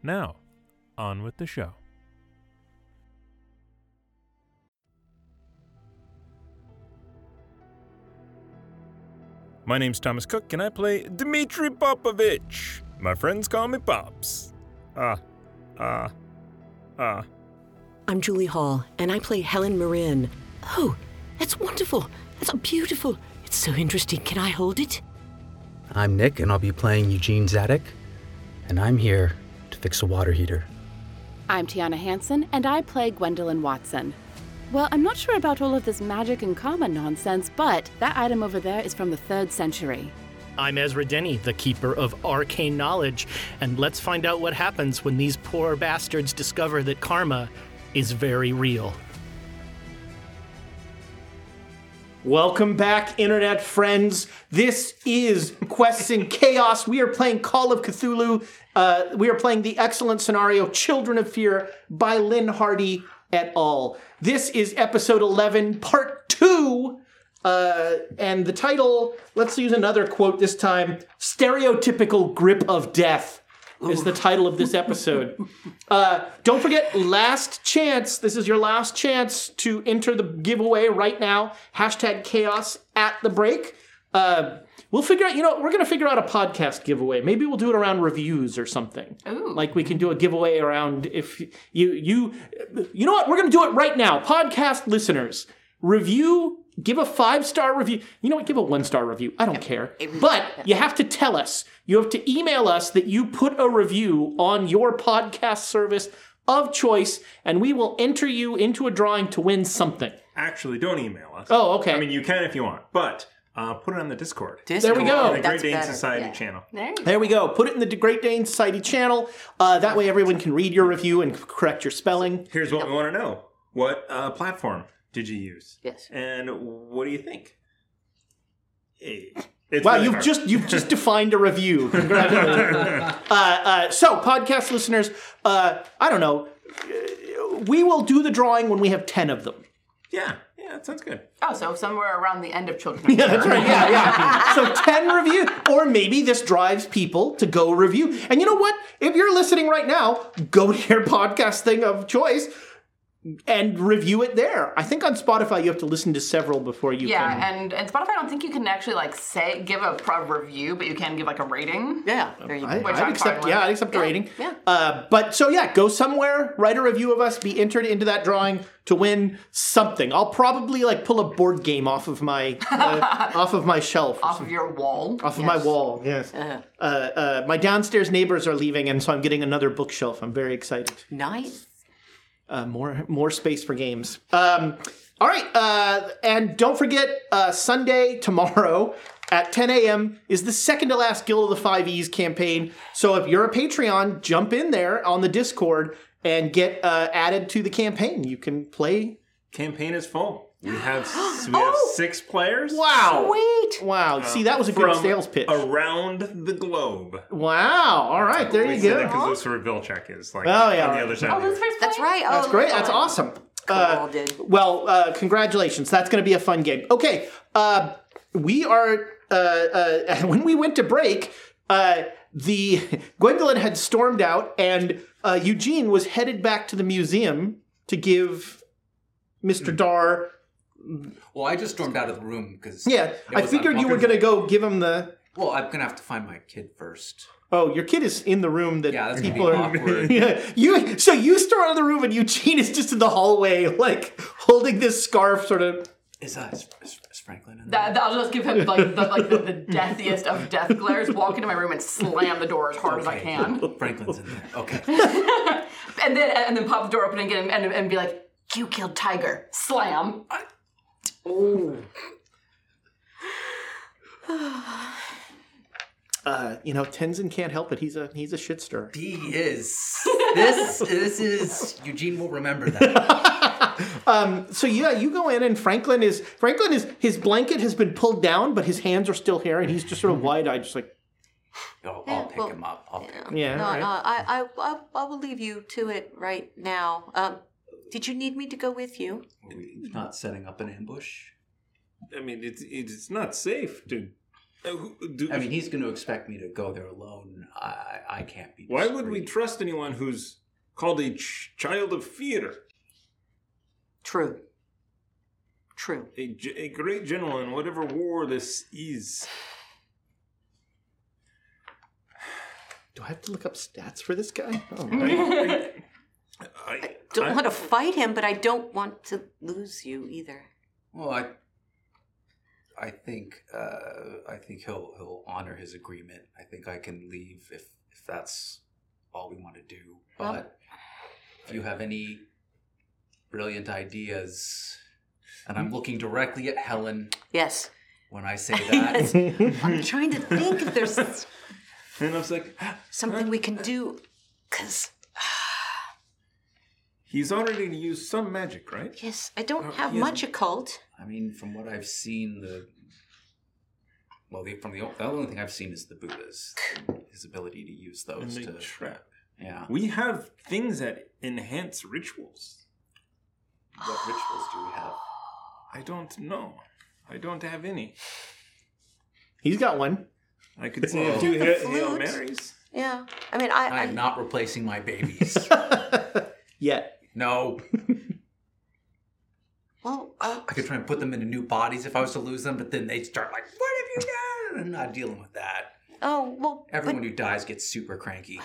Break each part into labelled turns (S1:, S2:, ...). S1: Now, on with the show. My name's Thomas Cook, and I play Dmitri Popovich. My friends call me Pops. Ah, ah, ah.
S2: I'm Julie Hall, and I play Helen Marin. Oh, that's wonderful. That's beautiful. It's so interesting. Can I hold it?
S3: I'm Nick, and I'll be playing Eugene Zadek, and I'm here to fix a water heater.
S4: I'm Tiana Hansen, and I play Gwendolyn Watson. Well, I'm not sure about all of this magic and karma nonsense, but that item over there is from the 3rd century.
S5: I'm Ezra Denny, the keeper of arcane knowledge, and let's find out what happens when these poor bastards discover that karma is very real.
S6: Welcome back, internet friends. This is Quests in Chaos. We are playing Call of Cthulhu. Uh, we are playing the excellent scenario Children of Fear by Lynn Hardy et al. This is episode 11, part two. Uh, and the title, let's use another quote this time Stereotypical Grip of Death is the title of this episode. Uh, don't forget, last chance. This is your last chance to enter the giveaway right now. Hashtag chaos at the break. Uh, we'll figure out, you know, we're going to figure out a podcast giveaway. Maybe we'll do it around reviews or something. Like we can do a giveaway around if you, you, you know what? We're going to do it right now. Podcast listeners, review, give a five star review. You know what? Give a one star review. I don't care. But you have to tell us. You have to email us that you put a review on your podcast service of choice, and we will enter you into a drawing to win something.
S1: Actually, don't email us.
S6: Oh, okay.
S1: I mean, you can if you want, but uh, put it on the Discord.
S6: there we go.
S1: The Great Dane Society channel.
S6: There we go. Put it in the Great Dane Society channel. Uh, that way, everyone can read your review and correct your spelling.
S1: Here's what we want to know. What uh, platform did you use?
S7: Yes.
S1: And what do you think? Eh, It's
S6: Wow,
S1: really
S6: you've
S1: hard.
S6: just you've just defined a review. Congratulations. uh, uh, so, podcast listeners, uh, I don't know. uh, We will do the drawing when we have ten of them.
S1: Yeah, yeah, that sounds good.
S7: Oh, so somewhere around the end of Children.
S6: Yeah, that's right. Yeah, yeah. So 10 review, or maybe this drives people to go review. And you know what? If you're listening right now, go to your podcast thing of choice and review it there. I think on Spotify, you have to listen to several before you can.
S7: Yeah, and, and Spotify, I don't think you can actually like say give a pro review, but you can give like a rating.
S2: Yeah.
S7: There you
S6: I,
S7: which
S6: I'd
S7: I'm
S6: accept,
S7: fine
S6: yeah,
S7: with.
S6: I'd accept a rating.
S7: yeah.
S6: Uh, but so yeah, go somewhere, write a review of us, be entered into that drawing to win something. I'll probably like pull a board game off of my uh, off of my shelf, or
S7: Off of your wall.
S6: off of my wall. Yes. Uh, uh, my downstairs neighbors are leaving, and so I'm getting another bookshelf. I'm very excited.
S2: Nice.
S6: Uh, more more space for games. Um, all right, uh, and don't forget uh, Sunday tomorrow at 10 a.m. is the second to last Guild of the Five E's campaign. So if you're a Patreon, jump in there on the Discord and get uh, added to the campaign. You can play.
S1: Campaign is full. We have s- we have
S7: Oh!
S1: six players.
S6: Wow!
S7: Wait.
S6: Wow! See, that was a
S1: From
S6: good sales pitch.
S1: around the globe.
S6: Wow! All right, there you go.
S1: Because Lucifer Vilcek is like
S6: Oh, yeah,
S1: on the
S6: right.
S1: other side.
S7: Oh,
S1: of the
S7: Lucifer's
S8: That's
S7: playing?
S8: right. Oh,
S6: That's great. That's awesome.
S8: Cool,
S6: Uh,
S8: dude.
S6: well, uh, congratulations. That's going to be a fun gig. Okay. Uh, we are, uh, uh, when we went to break, uh, the Gwendolyn had stormed out, and uh, Eugene was headed back to the museum to give Mr.
S9: Hmm.
S6: Dar.
S9: Well, I just stormed out of the room because
S6: Yeah, I figured you were going to go give him the.
S9: Well, I'm gonna have to find my kid first.
S6: Oh, your kid is in the room that
S9: Yeah, that's gonna be
S6: people are.
S9: awkward.
S6: Yeah, you. So you start in the room, and Eugene is just in the hallway, like holding this scarf, sort of.
S9: Is that is, is Franklin in there?
S7: That, that'll just give him like the like the, the deathiest of death glares. Walk into my room and slam the door as hard as I can,
S9: Franklin's in there. Okay.
S7: and then and then pop the door open again and and be like, "You killed Tiger." Slam.
S6: uh, you know, Tenzin can't help it. He's a he's a shit stirrer.
S9: He is. This this is Eugene will remember that.
S6: Um, So yeah, you go in and Franklin is Franklin is his blanket has been pulled down, but his hands are still here, and he's just
S9: Mm-hmm.
S6: sort of wide eyed, just like
S9: I'll, I'll pick
S10: well,
S9: him up. I'll pick him up.
S6: yeah.
S10: no,
S6: all right.
S10: no, I, I, I, I will leave you to it right now. Um, did you need me to go with you?
S9: Are we not setting up an ambush.
S1: I mean, it's it's not safe to. uh, who- do-
S9: I mean, he's going to expect me to go there alone. I I- I can't be.
S1: why would we
S9: discreet.
S1: trust anyone who's called a ch- child of fear?
S10: True. True.
S1: A, ge- a great general in whatever war this is.
S6: Do I have to look up stats for this guy? Oh,
S1: I, I, I,
S10: Don't
S1: I-
S10: want to fight him, but I don't want to lose you either.
S9: Well, I, I think uh, I think he'll he'll honor his agreement. I think I can leave if if that's all we want to do. But if you have any brilliant ideas, and I'm looking directly at Helen
S10: Yes.
S9: when I say that.
S10: Yes. I'm trying to think if there's
S1: and I was like,
S10: something we can do. Because,
S1: he's already used some magic, right?
S10: yes, I don't have
S9: yeah.
S10: much occult.
S9: I mean, from what I've seen, the well, the, from the, o- the only thing I've seen is the Buddha's his ability to use
S1: And
S9: those
S1: they
S9: to
S1: trap.
S9: yeah.
S1: We have things that enhance rituals.
S9: What rituals do we have?
S1: I don't know. I don't have any.
S6: He's got one.
S1: I could say a
S9: Whoa.
S1: few
S10: The
S1: Hail, Hail
S10: flute.
S1: Marys.
S10: Yeah. I mean, I.
S9: I am
S10: I
S9: not replacing my babies.
S6: Yet.
S9: No.
S10: well, uh,
S9: I could try and put them into new bodies if I was to lose them, but then they'd start like, what have you done? I'm not dealing with that.
S10: oh, well. but-
S9: Everyone who dies gets super cranky.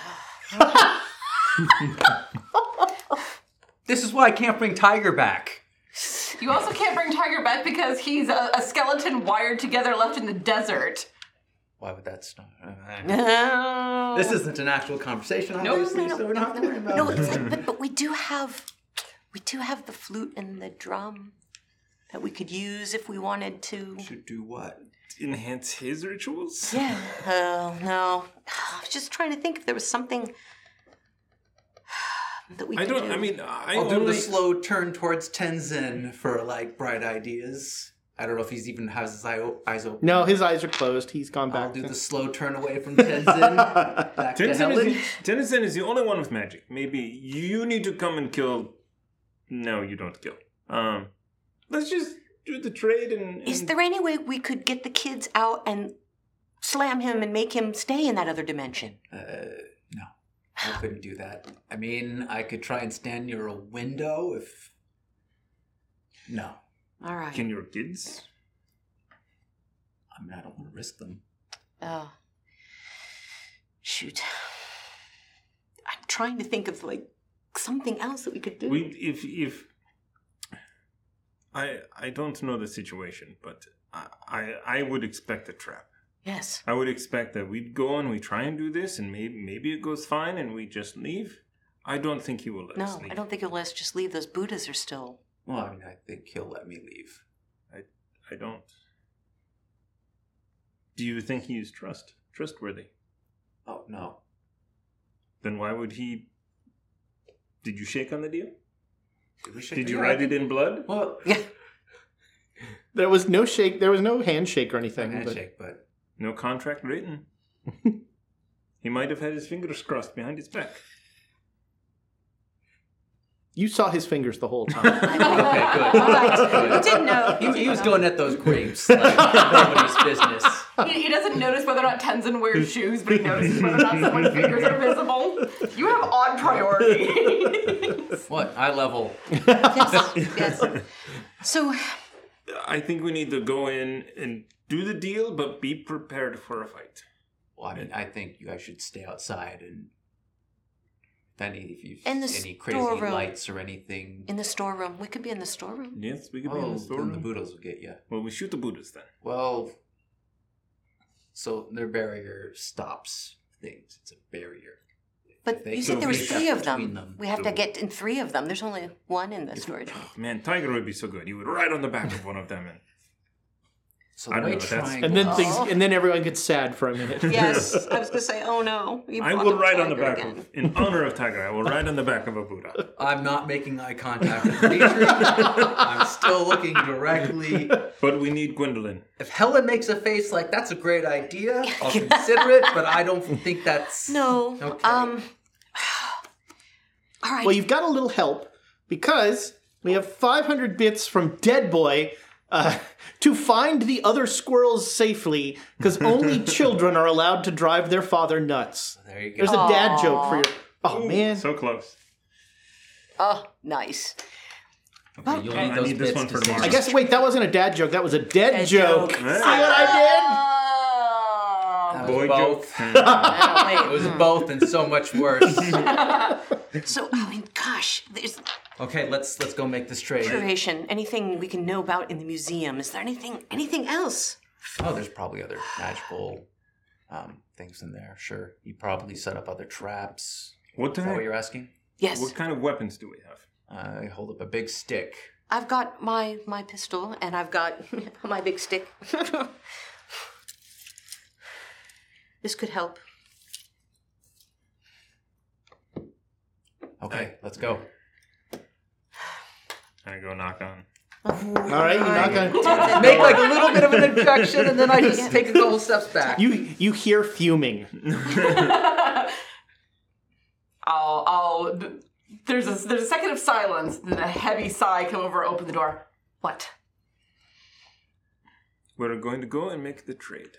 S9: this is why I can't bring Tiger back.
S7: You also can't bring Tiger back because he's a, a skeleton wired together left in the desert.
S9: Why would that stop?
S10: Oh.
S9: this isn't an actual conversation, obviously, so we're not worrying about
S10: No,
S9: it.
S10: it's like, but, but we do have, we do have the flute and the drum that we could use if we wanted to.
S9: To do what?
S1: Enhance his rituals?
S10: Yeah. Oh no, I was just trying to think if there was something that we.
S1: I
S10: could
S1: don't,
S10: Do.
S1: I mean, I
S9: I'll do
S1: only-
S9: the slow turn towards Tenzin for like bright ideas. I don't know if he's even has his eye o- eyes open.
S6: No, his eyes are closed. He's gone
S9: I'll
S6: back.
S9: do
S6: to-
S9: the slow turn away from Tenzin. back to
S1: Tenzin
S9: Helen.
S1: is, the, Tenzin is the only one with magic. Maybe you need to come and kill. No, you don't kill. Um, let's just do the trade and. and
S10: Is there any way we could get the kids out and slam him and make him stay in that other dimension?
S9: No, I couldn't do that. I mean, I could try and stand near a window if. No,
S10: All right.
S1: Can your kids?
S9: I mean, I don't want to risk them.
S10: Oh. Shoot. I'm trying to think of like something else that we could do.
S1: We if if. I I don't know the situation, but I I, I would expect a trap.
S10: yes.
S1: I would expect that we'd go and we try and do this, and maybe maybe it goes fine, and we just leave. I don't think he will let us
S10: No,
S1: leave.
S10: I don't think he'll let us just leave. Those Buddhas are still.
S9: Well, I mean, I think he'll let me leave.
S1: I don't. Do you think he is trust trustworthy?
S9: Oh no,
S1: Then why would he? Did you shake on the deal?
S9: did, we shake
S1: Did
S9: the
S1: you
S9: hand?
S1: write it in blood?
S9: Well,
S10: Yeah.
S6: there was no shake. There was no handshake or anything. but-
S9: handshake, but
S1: No contract written. he might have had his fingers crossed behind his back.
S6: You saw his fingers the whole time.
S9: okay, good.
S10: You didn't know.
S9: He, he was going at those grapes like nobody's business.
S7: He, he doesn't notice whether or not Tenzin wears shoes, but he notices whether or not someone's fingers are visible. You have odd priority.
S9: What eye level?
S10: yes. So,
S1: I think we need to go in and do the deal, but be prepared for a fight.
S9: Well, I mean, I think you guys should stay outside and. If any of you
S10: In the
S9: any crazy
S10: storeroom.
S9: lights or anything,
S10: in the storeroom, we could be in the storeroom.
S1: Yes, we could be in the
S9: oh, then the
S1: storeroom.
S9: Buddhas will get you.
S1: well, we shoot the Buddhas then.
S9: Well, so their barrier stops things. It's a barrier.
S10: But
S9: They
S10: you said
S9: could
S10: there was
S9: be
S10: three of them.
S9: between them.
S10: We have to get in three of them. There's only one in the storage.
S1: Man, Tiger would be so good. He would ride on the back of one of them and
S9: So
S11: I don't
S9: the way
S11: know, that's-
S9: triangle-
S6: And then
S9: Oh.
S6: things, and then everyone gets sad for a minute.
S10: Yes, I was gonna say, oh no. you
S11: I
S10: brought
S11: will
S10: up
S11: write on the
S10: tiger
S11: back
S10: again.
S11: of, in honor of Tiger, I will write on the back of a Buddha.
S9: I'm not making eye contact with Dimitri. I'm still looking directly.
S11: But we need Gwendolyn.
S9: If Helen makes a face like that's a great idea, I'll consider it, but I don't think that's
S10: No.
S9: Okay.
S10: Um. All right.
S6: Well, you've got a little help because we have 500 bits from Dead Boy uh, to find the other squirrels safely because only children are allowed to drive their father nuts.
S9: There you go.
S6: There's a dad joke for your. Oh, man.
S11: So close.
S10: oh, nice.
S9: Okay, you'll need
S11: I
S9: those
S11: need this
S9: bits
S11: one
S9: to
S11: for
S9: see.
S11: tomorrow.
S6: I guess, wait, that wasn't a dad joke. That was a dead, joke. See what I
S9: That
S7: Oh,
S9: was
S11: Boy
S9: both.
S11: joke.
S10: Oh,
S9: it was both and so much worse.
S10: So, I mean, gosh, there's
S9: okay, let's let's go make this trade.
S10: curation. Anything we can know about in the museum? Is there anything? Anything else?
S9: Oh, there's probably other magical um, things in there. Sure, you probably set up other traps.
S11: What,
S9: Is that what
S11: type,
S9: you're asking?
S10: Yes.
S11: what kind of weapons do we have?
S9: I hold up a big stick.
S10: I've got my my pistol and I've got my big stick. this could help.
S9: Okay, let's go.
S11: I go knock on.
S6: did. All right, you're not going to.
S9: Make like a little bit of an objection, and then I just take a couple steps back.
S6: You you hear fuming.
S7: I'll, I'll. th- There's a there's a second of silence. Then a heavy sigh come over, open the door. What?
S11: We're going to go and make the trade.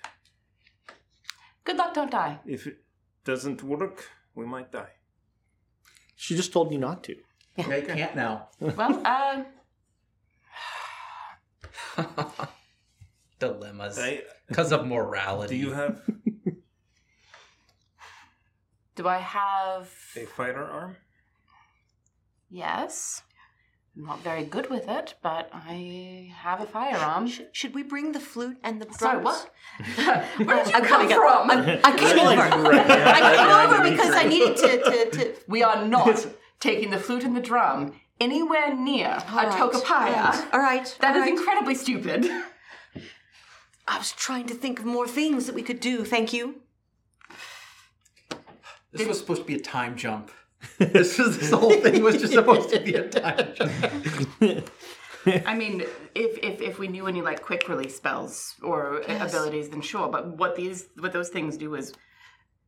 S7: Good luck, don't die.
S11: If it doesn't work, we might die.
S6: She just told you not to.
S9: Yeah, you can't now.
S7: Well, uh,
S9: Dilemmas
S11: I,
S9: because of morality.
S11: do you have
S7: do I have?
S11: a firearm?
S7: Yes. I'm not very good with it, but I have a firearm.
S10: Should we bring the flute and the drums?
S7: Sorry, what? Where did you
S10: I'm
S7: come
S10: coming up.
S7: from?
S10: I'm- I came over. I came over because I needed to, to, to
S7: We are not taking the flute and the drum anywhere near a
S10: right.
S7: Tokapaya.
S10: All right.
S7: That is
S10: all right.
S7: incredibly stupid.
S10: I was trying to think of more things that we could do. Thank you.
S9: This was supposed to be a time jump. this was this whole thing was just supposed to be a time jump.
S7: I mean, if, if if we knew any like quick release spells or abilities, then sure. But what these what those things do is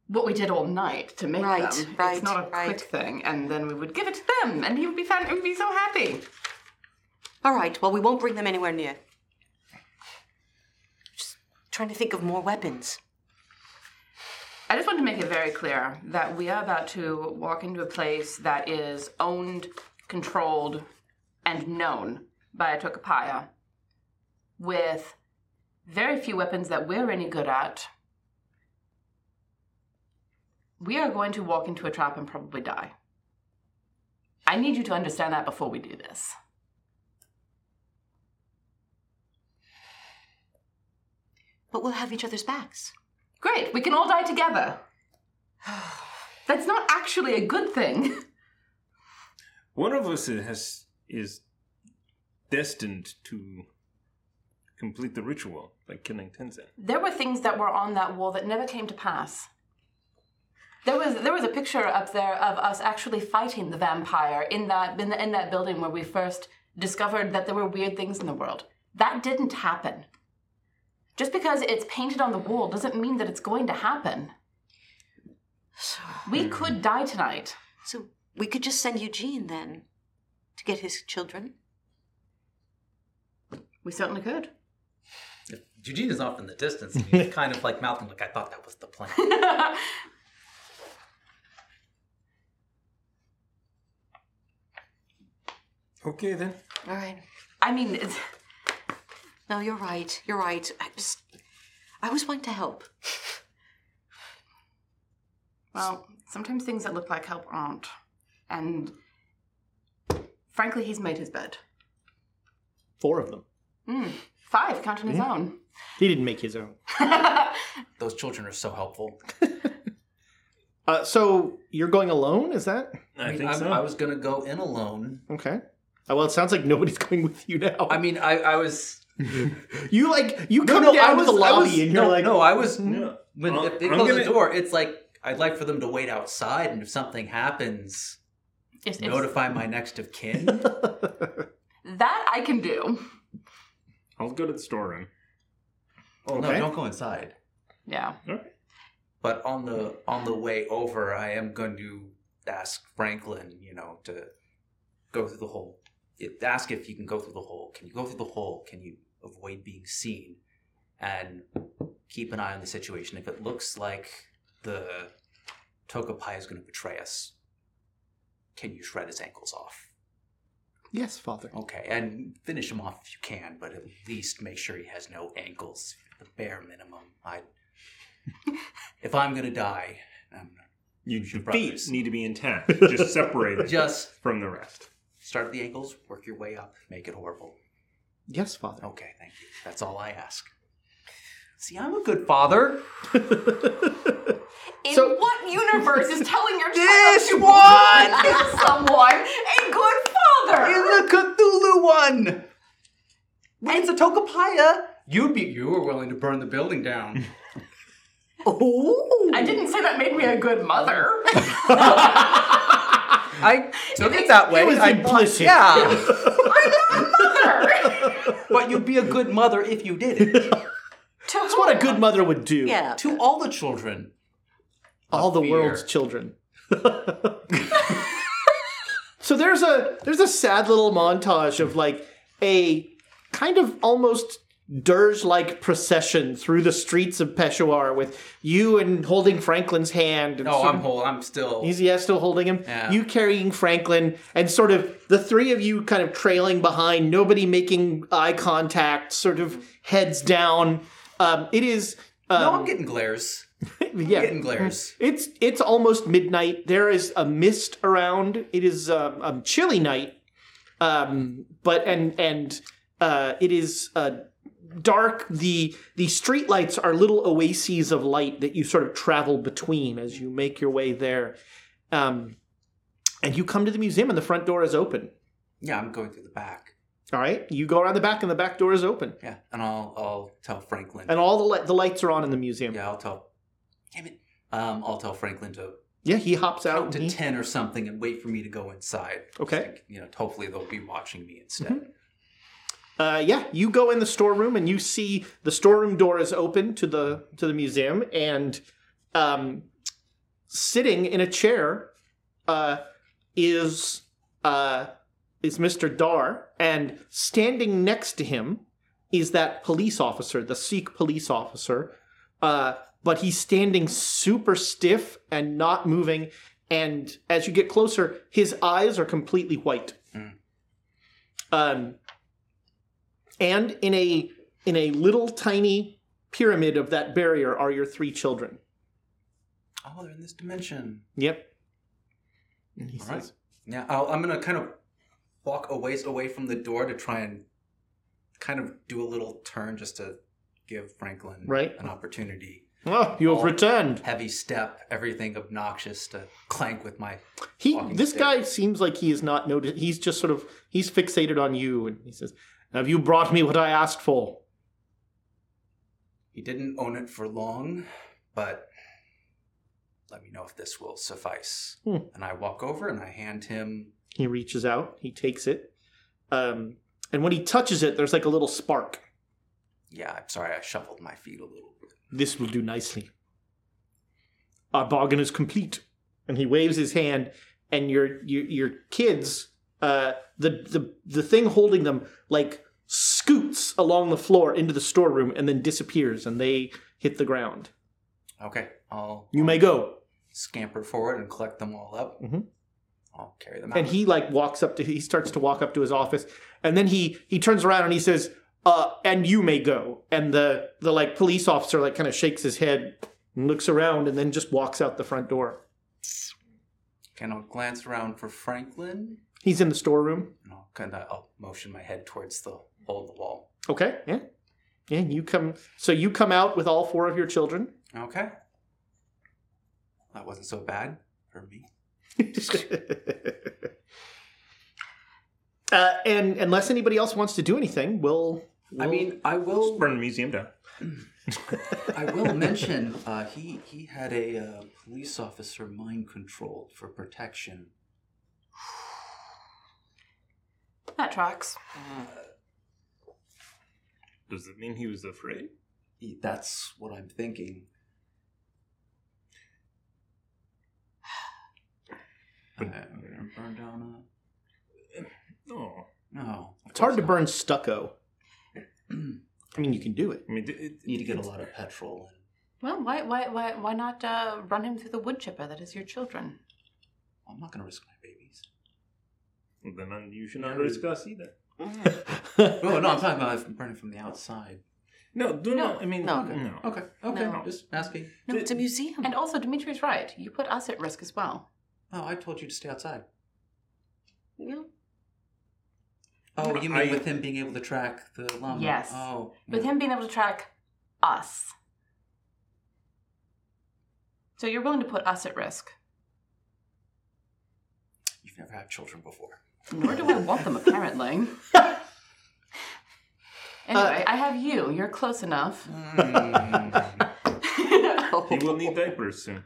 S7: what we did all night to make
S10: Right,
S7: them.
S10: right,
S7: it's not a
S10: right.
S7: quick thing, and then we would give it to them, and he would be fan- he would be so happy.
S10: All right. Well, we won't bring them anywhere near. Just trying to think of more weapons.
S7: I just want to make it very clear that we are about to walk into a place that is owned, controlled, and known by a Tokapaya with very few weapons that we're any good at. We are going to walk into a trap and probably die. I need you to understand that before we do this.
S10: But we'll have each other's backs.
S7: Great, we can all die together. That's not actually a good thing.
S11: One of us has is destined to complete the ritual, like killing Tenzin.
S7: there were things that were on that wall that never came to pass. There was there was a picture up there of us actually fighting the vampire in that in, the, in that building where we first discovered that there were weird things in the world. That didn't happen. Just because it's painted on the wall doesn't mean that it's going to happen. We could die tonight.
S10: So we could just send Eugene then to get his children.
S7: We certainly could.
S9: Eugene is off in the distance, and he's kind of like Malcolm. Like I thought that was the plan.
S11: Okay then.
S10: All right.
S7: I mean, it's,
S10: No, you're right. You're right. I just, I always want to help.
S7: Well, sometimes things that look like help aren't. And frankly, he's made his bed.
S6: Four of them.
S7: Five, counting his own.
S6: He didn't make his own.
S9: Those children are so helpful.
S6: Uh, so you're going alone? Is that
S11: I,
S9: mean,
S11: think
S9: I'm-
S11: so.
S9: I was gonna go in alone.
S6: okay? Uh, well, it sounds like nobody's going with you now.
S9: I mean, I, I was
S6: You like you
S9: No,
S6: come
S9: no,
S6: down
S9: I was
S6: to the lobby
S9: I was,
S6: and you're
S9: no,
S6: like, "Mm,
S9: no, I was
S6: No.
S9: when
S11: I'm-
S9: if they
S11: I'm
S9: close
S11: gonna-
S9: the door, it's like I'd like for them to wait outside, and if something happens,
S7: Yes, yes.
S9: notify my next of kin.
S7: that I can do.
S11: I'll go to the storeroom.
S9: Oh no, don't go inside.
S7: Yeah.
S9: But on the on the way over, I am going to ask Franklin, you know, to go through the hole. It- Ask if you can go through the hole. Can you go through the hole? Can you avoid being seen? And keep an eye on the situation. If it looks like the Tokapai is going to betray us, can you shred his ankles off?
S6: yes, father. Oh,
S9: Okay, and finish him off if you can, but at least make sure he has no ankles. The bare minimum. I, if I'm gonna die, I'm
S11: You,
S9: Your
S11: your feet
S9: brothers.
S11: need to be intact, just separated
S9: just
S11: from the rest.
S9: start at the ankles, work your way up, make it horrible.
S6: Yes, father.
S9: Okay, thank you. That's all I ask. See, I'm a good father.
S7: In
S6: So-
S7: what universe is telling your child
S9: This
S7: to
S9: one!
S7: be someone a good father?
S9: In the Cthulhu one. When it's a Tokapaya, you'd be you were willing to burn the building down.
S7: I didn't say that made me a good mother.
S9: I took it that way.
S6: It was
S9: I-
S6: implicit.
S9: yeah.
S7: Mother!
S9: But you'd be a good mother if you did it.
S6: That's what a good mother would do.
S10: Yeah.
S9: to all the children.
S6: all the
S9: fear.
S6: world's children. so there's a there's a sad little montage of like a kind of almost dirge-like procession through the streets of Peshawar with you and holding Franklin's hand. And
S9: No,
S6: sort
S9: Oh, I'm
S6: of-
S9: whole. I'm still.
S6: He's yeah, still holding him.
S9: Yeah.
S6: You carrying Franklin, and sort of the three of you kind of trailing behind, nobody making eye contact, sort of heads down. Um, it is,
S9: no, I'm getting glares.
S6: um, yeah,
S9: Getting glares.
S6: it's it's almost midnight. There is a mist around. It is um, a chilly night, um, but and and uh, it is uh, dark. the The street lights are little oases of light that you sort of travel between as you make your way there, um, and you come to the museum, and the front door is open. Mm-hmm.
S9: Yeah, I'm going through the back.
S6: All right, you go around the back, and the back door is open,
S9: Yeah, and I'll I'll tell Franklin.
S6: and all the li- the lights are on in the museum. Yeah,
S9: yeah, I'll tell. Damn it. Um, I'll tell Franklin to
S6: he hops out.
S9: count
S6: and he-
S9: to ten or something and wait for me to go inside.
S6: Okay. Mm-hmm.
S9: Like, you know, hopefully they'll be watching me instead.
S6: Uh, yeah, you go in the storeroom and you see the storeroom door is open to the to the museum, and um, sitting in a chair uh, is uh, is Mister Dar, and standing next to him is that police officer, the Sikh police officer, uh, but he's standing super stiff and not moving. And as you get closer, his eyes are completely white. Um, and in a in a little tiny pyramid of that barrier are your three children.
S9: Oh, they're in this dimension.
S6: Yep.
S9: All right. Yeah, I'll, I'm gonna kind of walk a ways away from the door to try and kind of do a little turn just to give Franklin
S6: Right.
S9: an opportunity.
S6: Oh, you have
S9: Oh.
S6: returned.
S9: Heavy step, everything obnoxious to clank with my.
S6: He
S9: Walking
S6: this
S9: stick.
S6: guy seems like he is not noticed. He's just sort of he's fixated on you and he says, "Have you brought me what I asked for?"
S9: He didn't own it for long, but let me know if this will suffice.
S6: Hmm.
S9: And I walk over and I hand him.
S6: He reaches out, he takes it. Um and when he touches it, there's like a little spark.
S9: Yeah, I'm sorry, I shuffled my feet a little bit.
S6: This will do nicely. Our bargain is complete. And he waves his hand, and your your, your kids, uh, the the the thing holding them like scoots along the floor into the storeroom and then disappears, and they hit the ground.
S9: Okay, I'll
S6: You may go.
S9: scamper forward and collect them all up.
S6: Mhm.
S9: I'll carry them out.
S6: And he like walks up to he starts to walk up to his office, and then he he turns around and he says, "Uh, and you may go." And the the like police officer like kind of shakes his head and looks around, and then just walks out the front door.
S9: Can I glance around for Franklin?
S6: He's in the storeroom.
S9: And I'll kind of I'll motion my head towards the hole in the wall.
S6: Okay. Yeah. Yeah. You come. So you come out with all four of your children.
S9: Okay. That wasn't so bad for me.
S6: uh, and unless anybody else wants to do anything, we'll
S9: I mean, I will.
S11: Burn the museum down.
S9: I will mention uh, he he had a uh, police officer mind controlled for protection.
S7: That tracks.
S11: Does it mean he was afraid?
S9: He- that's what I'm thinking. Uh, we're gonna burn down
S11: No.
S9: a no. of
S6: It's hard
S9: course
S6: to
S9: not.
S6: burn stucco. I mean, you can do it.
S11: I mean, it, it,
S9: Need to get a lot of petrol. And,
S7: Well, why, why, why, why not uh, run him through the wood chipper? That is your children.
S9: I'm not gonna risk my babies.
S11: Then I- you should not risk us either.
S9: Oh no, I'm talking about if burning from the outside.
S11: No, do
S7: No,
S11: not. I mean,
S7: no.
S11: no.
S9: Okay, okay,
S7: No.
S9: just asking.
S10: No, it's a museum.
S7: And also, Dimitri's right. You put us at risk as well.
S9: No, Oh, I told you to stay outside.
S7: No.
S9: Oh,
S11: But
S9: you mean
S11: I-
S9: with him being able to track the llama?
S7: Yes.
S9: Oh,
S7: With him being able to track us. So you're willing to put us at risk.
S9: You've never had children before.
S7: Nor do I want them, apparently. anyway, I have you. You're close enough.
S11: He will need diapers soon.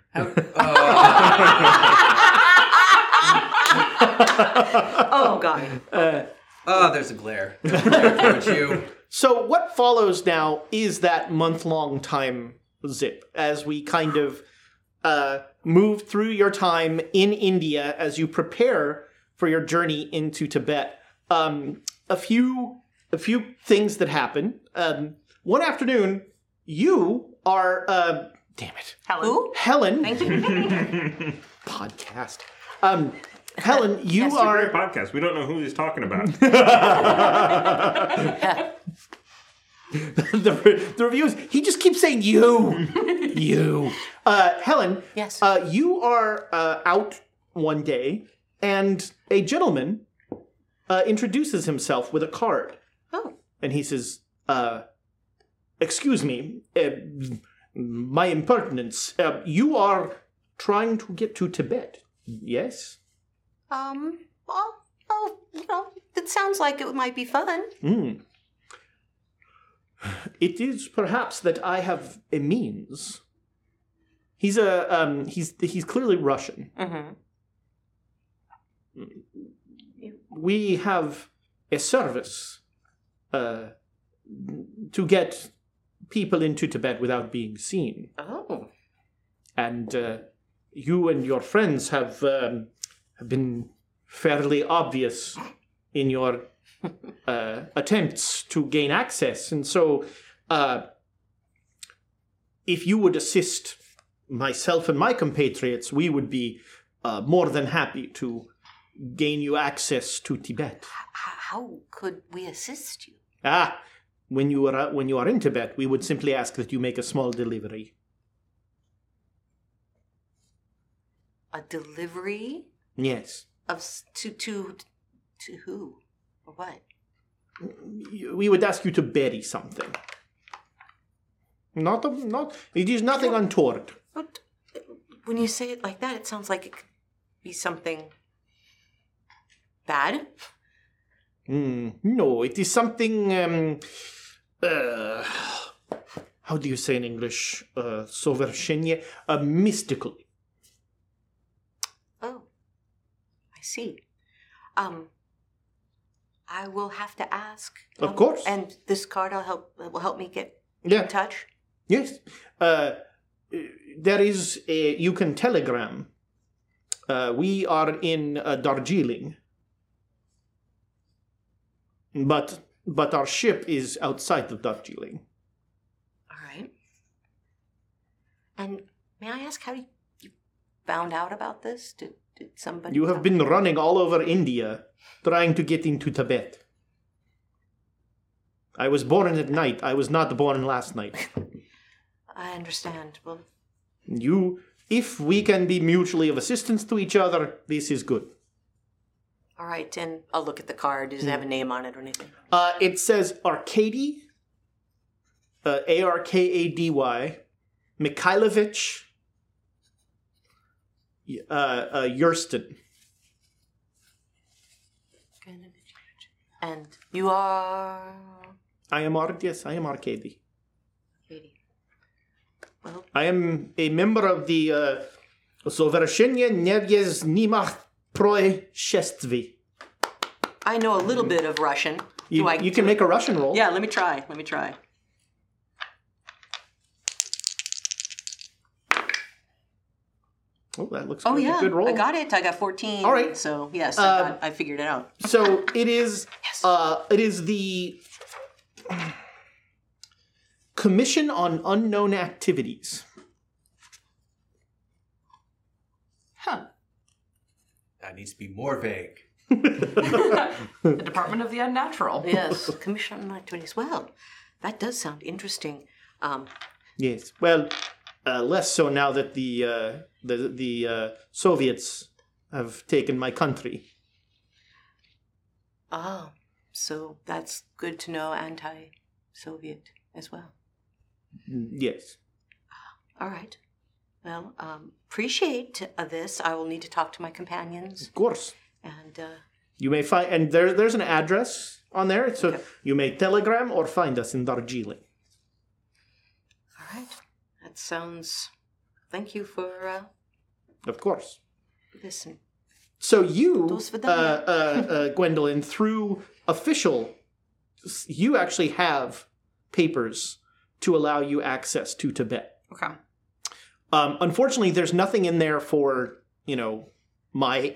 S2: Oh, God.
S9: Oh, there's a glare. There's a glare towards you.
S6: So what follows now is that month-long time zip as we kind of uh, move through your time in India as you prepare for your journey into Tibet. Um, a few a few things that happen. Um, one afternoon, you are uh, damn it,
S7: Helen.
S6: Helen
S10: Thank you.
S6: podcast. Um, Helen, you are
S11: Great podcast. We don't know who he's talking about.
S6: the, re- the reviews. He just keeps saying you, you. Uh, Helen,
S10: Yes.
S6: uh, you are uh, out one day, and a gentleman uh, introduces himself with a card,
S10: oh,
S6: and he says, uh, "Excuse me, uh, my impertinence. Uh, you are trying to get to Tibet, yes?"
S10: um, well, oh, you know, it sounds like it might be fun.
S6: Hmm. It is perhaps that I have a means. He's a um, he's he's clearly Russian.
S10: Mm-hmm.
S6: We have a service uh, to get people into Tibet without being seen,
S10: Oh.
S6: and uh, you and your friends have um, have been fairly obvious in your uh, attempts to gain access. And so, uh, if you would assist myself and my compatriots, we would be uh, more than happy to gain you access to Tibet.
S10: H- how could we assist you?
S6: Ah, when you are uh, when you are in Tibet, we would simply ask that you make a small delivery.
S10: A delivery
S6: Yes,
S10: of s- to to to who or what?
S6: we would ask you to bury something. Not a, not. It is nothing untoward.
S10: But when you say it like that, it sounds like it could be something bad.
S6: Mm, no, it is something. Um, uh, how do you say in English? Uh, sovershenye, uh, mystical.
S10: Oh, I see. Um, I will have to ask.
S6: Of
S10: um,
S6: course.
S10: And this card, I'll help. Will help me get in
S6: Yeah.
S10: touch.
S6: Yes. Uh, there is a. You can telegram. Uh, we are in uh, Darjeeling, but but our ship is outside of Darjeeling.
S10: All right. And may I ask how you found out about this? Did did somebody?
S6: You have
S10: tell-
S6: been running all over India trying to get into Tibet. I was born at night. I was not born last night.
S10: I understand. Well,
S6: You, if we can be mutually of assistance to each other, this is good.
S10: all right. And I'll look at the
S6: Hmm.
S10: card. Does it have a name on it or anything?
S6: Uh, it says Arkady, uh, A R K A D Y, Mikhailovich, y- uh, uh, Yurston.
S10: And you are
S6: I am Ar- yes, I am Arcady.
S10: Well,
S6: I am a member of the uh, Sovershenye Nevyeznimach Proyeshtvi.
S10: I know a little bit of Russian.
S6: Hmm. You,
S10: Do I-
S6: you can make a Russian roll.
S10: Yeah, let me try. Let me try.
S6: Oh, that looks
S10: Oh
S6: like
S10: yeah,
S6: a good roll.
S10: I got it. I got fourteen.
S6: All right.
S10: So yes,
S6: Uh,
S10: I, got, I figured it out.
S6: So it is uh, it is the Commission on Unknown Activities.
S7: Huh.
S9: That needs to be more vague.
S7: The Department of the Unnatural.
S10: Yes, Commission on Activities. Well, that does sound interesting. Um,
S6: Yes. Well, uh, less so now that the uh, the the uh, Soviets have taken my country.
S10: oh, so that's good to know. Anti-Soviet as well.
S6: Yes.
S10: All right. Well, um, appreciate uh, this. I will need to talk to my companions
S6: Of course.
S10: and. Uh,
S6: You may find, and there, there's an address on there, so you may telegram or find us in Darjeeling.
S10: All right. That sounds. Thank you for uh,
S6: Of course.
S10: this. And
S6: So you,
S10: Dos
S6: uh, uh,
S10: Vidania.
S6: uh, Gwendolyn, through official, you actually have papers to allow you access to Tibet.
S7: Okay.
S6: Um, unfortunately, there's nothing in there for you know my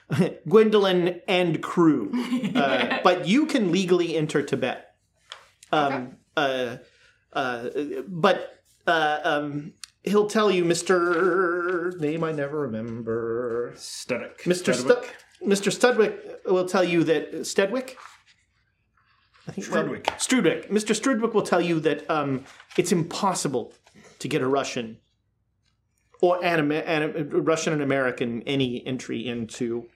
S6: Gwendolyn and crew, uh, but you can legally enter Tibet. Um, uh, uh, but uh, um, he'll tell you, Mister name I never remember,
S1: Stedwick.
S6: Mister Stu- Mister Studwick will tell you that uh, Stedwick. I think
S1: Strudwick.
S6: Strudwick. Mr. Strudwick will tell you that um, it's impossible to get a Russian or an, Amer- an, uh, Russian and American any entry into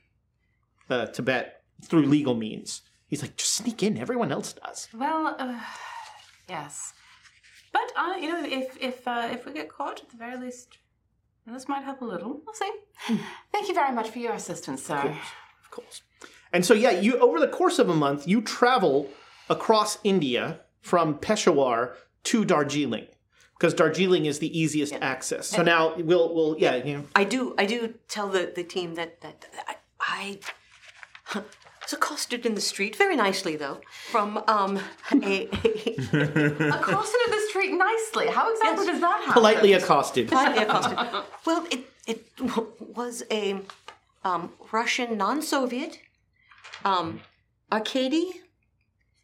S6: uh, Tibet through legal means. He's like, just sneak in. Everyone else does.
S7: Well, uh, yes. But uh, you know, if if uh, if we get caught, at the very least, this might help a little. We'll see. Thank you very much for your assistance, sir.
S6: Of course. And so, yeah, you over the course of a month, you travel across India from Peshawar to Darjeeling because Darjeeling is the easiest access. So now we'll, we'll, yeah, you know,
S10: I do. I do tell the, the team that that, that I, I was accosted in the street very nicely though from um a, a
S7: Across into the street nicely. How exactly does that happen?
S6: politely accosted.
S10: politely accosted. Well, it it w- was a um, Russian non-Soviet um, Arcady,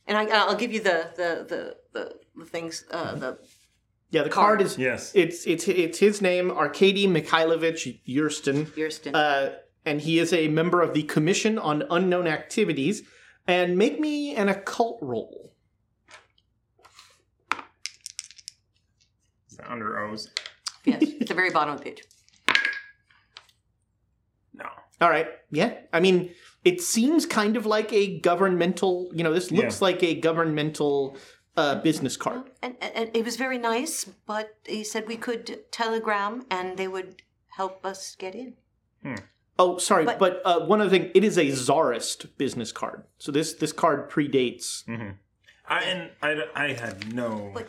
S10: and I, I'll give you the the the the, the things uh, the
S6: Yeah, the card is
S1: Yes.
S6: It's it's it's his name, Arkady Mikhailovich Yurstin,
S10: Yurstin.
S6: uh, and he is a member of the Commission on Unknown Activities. And make me an occult roll.
S1: It's Under O's.
S10: yes, at the very bottom of the page.
S1: No.
S6: All right, yeah. I mean, it seems kind of like a governmental. You know, this looks
S1: Yeah.
S6: like a governmental uh, business card.
S10: And, and, and it was very nice, but he said we could telegram and they would help us get in.
S6: Oh, sorry, but,
S10: But-
S6: uh, one other thing, it is a czarist business card. So this this card predates.
S11: Mm-hmm.
S1: I and I, I had no
S10: But-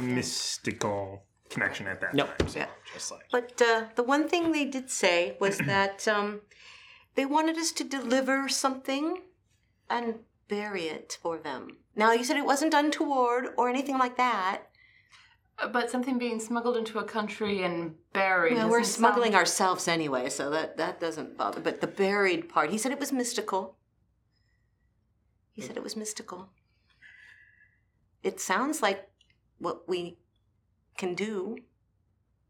S1: mystical connection at that
S6: No.
S1: time. So
S10: Yeah.
S1: just like
S10: But uh, the one thing they did say was that um, they wanted us to deliver something and bury it for them. Now, you said it wasn't untoward or anything like that.
S7: Uh, But something being smuggled into a country and buried.
S10: Well, we're
S7: doesn't
S10: smuggling
S7: sound-
S10: ourselves anyway, so that, that doesn't bother. But the buried part, he said it was mystical. He said it was mystical. It sounds like what we can do.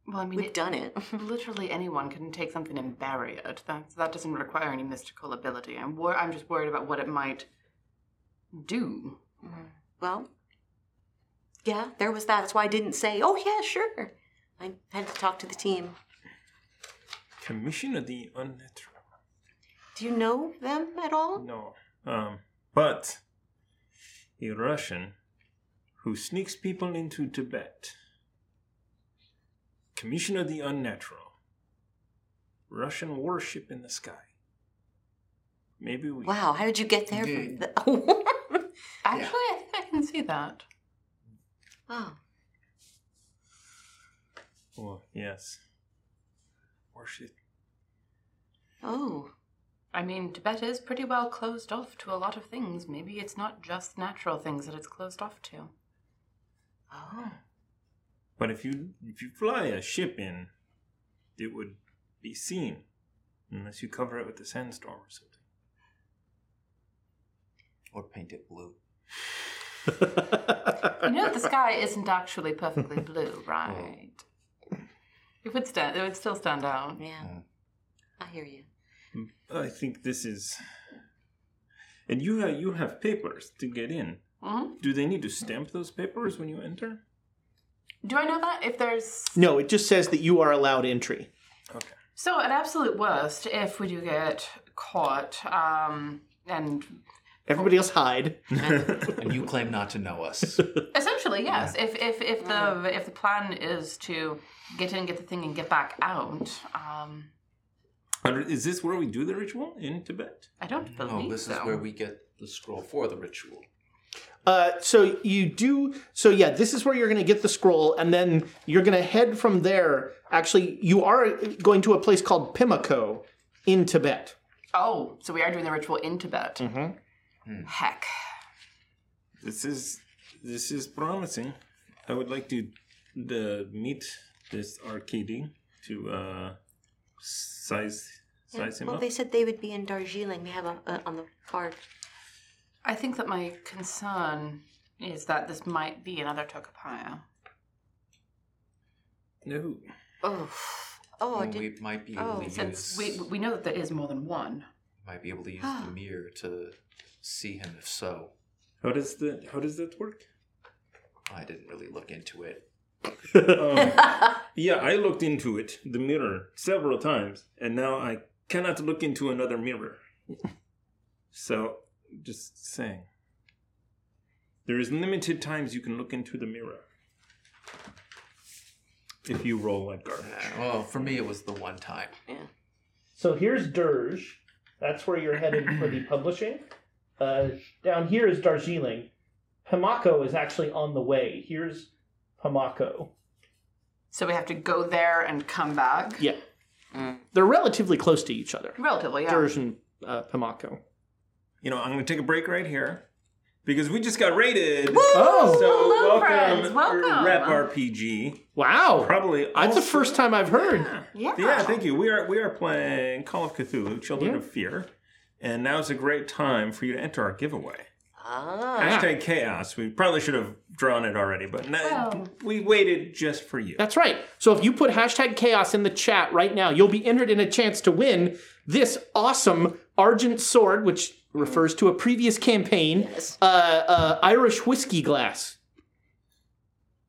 S7: Well, I mean,
S10: We've
S7: it-
S10: done it.
S7: Literally anyone can take something and bury it. That that doesn't require any mystical ability. I'm wor- I'm just worried about what it might do.
S10: Well, yeah, there was that. That's why I didn't say, oh, yeah, sure. I had to talk to the team.
S1: Commission of the Unnatural.
S10: Do you know them at all?
S1: No. Um, but a Russian who sneaks people into Tibet. Commission of the Unnatural. Russian warship in the sky. Maybe we.
S10: Wow, how did you get there? From the-
S7: Actually, I think I can see that.
S10: Oh.
S1: Oh, yes.
S9: Worship.
S10: Oh.
S7: I mean, Tibet is pretty well closed off to a lot of things. Maybe it's not just natural things that it's closed off to.
S10: Oh.
S1: But if you if you fly a ship in, it would be seen, unless you cover it with a sandstorm or something.
S9: Or paint it blue.
S7: You know, the sky isn't actually perfectly blue, right? It would stand. It would still stand out.
S10: Yeah. I hear you.
S1: I think this is. And you have you have papers to get in.
S10: Mm-hmm.
S7: hmm
S1: Do they need to stamp those papers when you enter?
S7: Do I know that? If there's
S6: No, it just says that you are allowed entry.
S1: Okay.
S7: So, at absolute worst, if we do get caught, um, and
S6: Everybody else hide.
S9: And you claim not to know us.
S7: essentially, yes, if if if the if the plan is to get in, get the thing, and get back out, um,
S1: Are- Is this where we do the ritual in Tibet?
S7: I don't believe
S9: no, Oh, this is
S7: so.
S9: where we get the scroll for the ritual.
S6: Uh, so you do. So yeah, this is where you're going to get the scroll, and then you're going to head from there. Actually, you are going to a place called Pimlico in Tibet.
S7: Oh, so we are doing the ritual in Tibet. Mm-hmm.
S9: Hmm.
S7: Heck.
S1: This is this is promising. I would like to the meet this RKD to uh, size size him
S10: Well,
S1: up.
S10: they said they would be in Darjeeling. They have a, a on the card.
S7: I think that my concern is that this might be another Tokopaya.
S1: No,
S10: Oh. Oh, I
S9: And
S10: did.
S9: we might be able
S10: Oh.
S9: to
S7: Since
S9: use
S7: we we know that there is more than one.
S9: might be able to use
S10: Ah.
S9: the mirror to see him. If so,
S1: how does the how does that work?
S9: I didn't really look into it.
S1: Um, yeah, I looked into it, the mirror, several times, and now I cannot look into another mirror. So, just saying. There is limited times you can look into the mirror. If you roll like garbage.
S9: Well, for me, it was the one time.
S6: So here's Dirge. That's where you're headed for the publishing. Uh, down here is Darjeeling. Pimlico is actually on the way. Here's Pimlico.
S7: So we have to go there and come back.
S6: Yeah, they're relatively close to each other.
S7: Relatively, yeah.
S6: Dirge and uh, Pimlico.
S1: You know, I'm going to take a break right here because we just got rated.
S6: Oh,
S1: So,
S7: Hello,
S1: welcome,
S7: friends. Welcome.
S1: Rep RPG.
S6: wow!
S1: Probably
S6: That's
S1: also-
S6: the first time I've heard.
S7: Yeah.
S1: Yeah, thank you. We are we are playing Call of Cthulhu: Children of Fear, and now's a great time for you to enter our giveaway. Hashtag chaos. We probably should have drawn it already, but no, we waited just for you.
S6: That's right. So if you put hashtag chaos in the chat right now, you'll be entered in a chance to win this awesome Argent Sword, which refers to a previous campaign, uh, uh, Irish whiskey glass.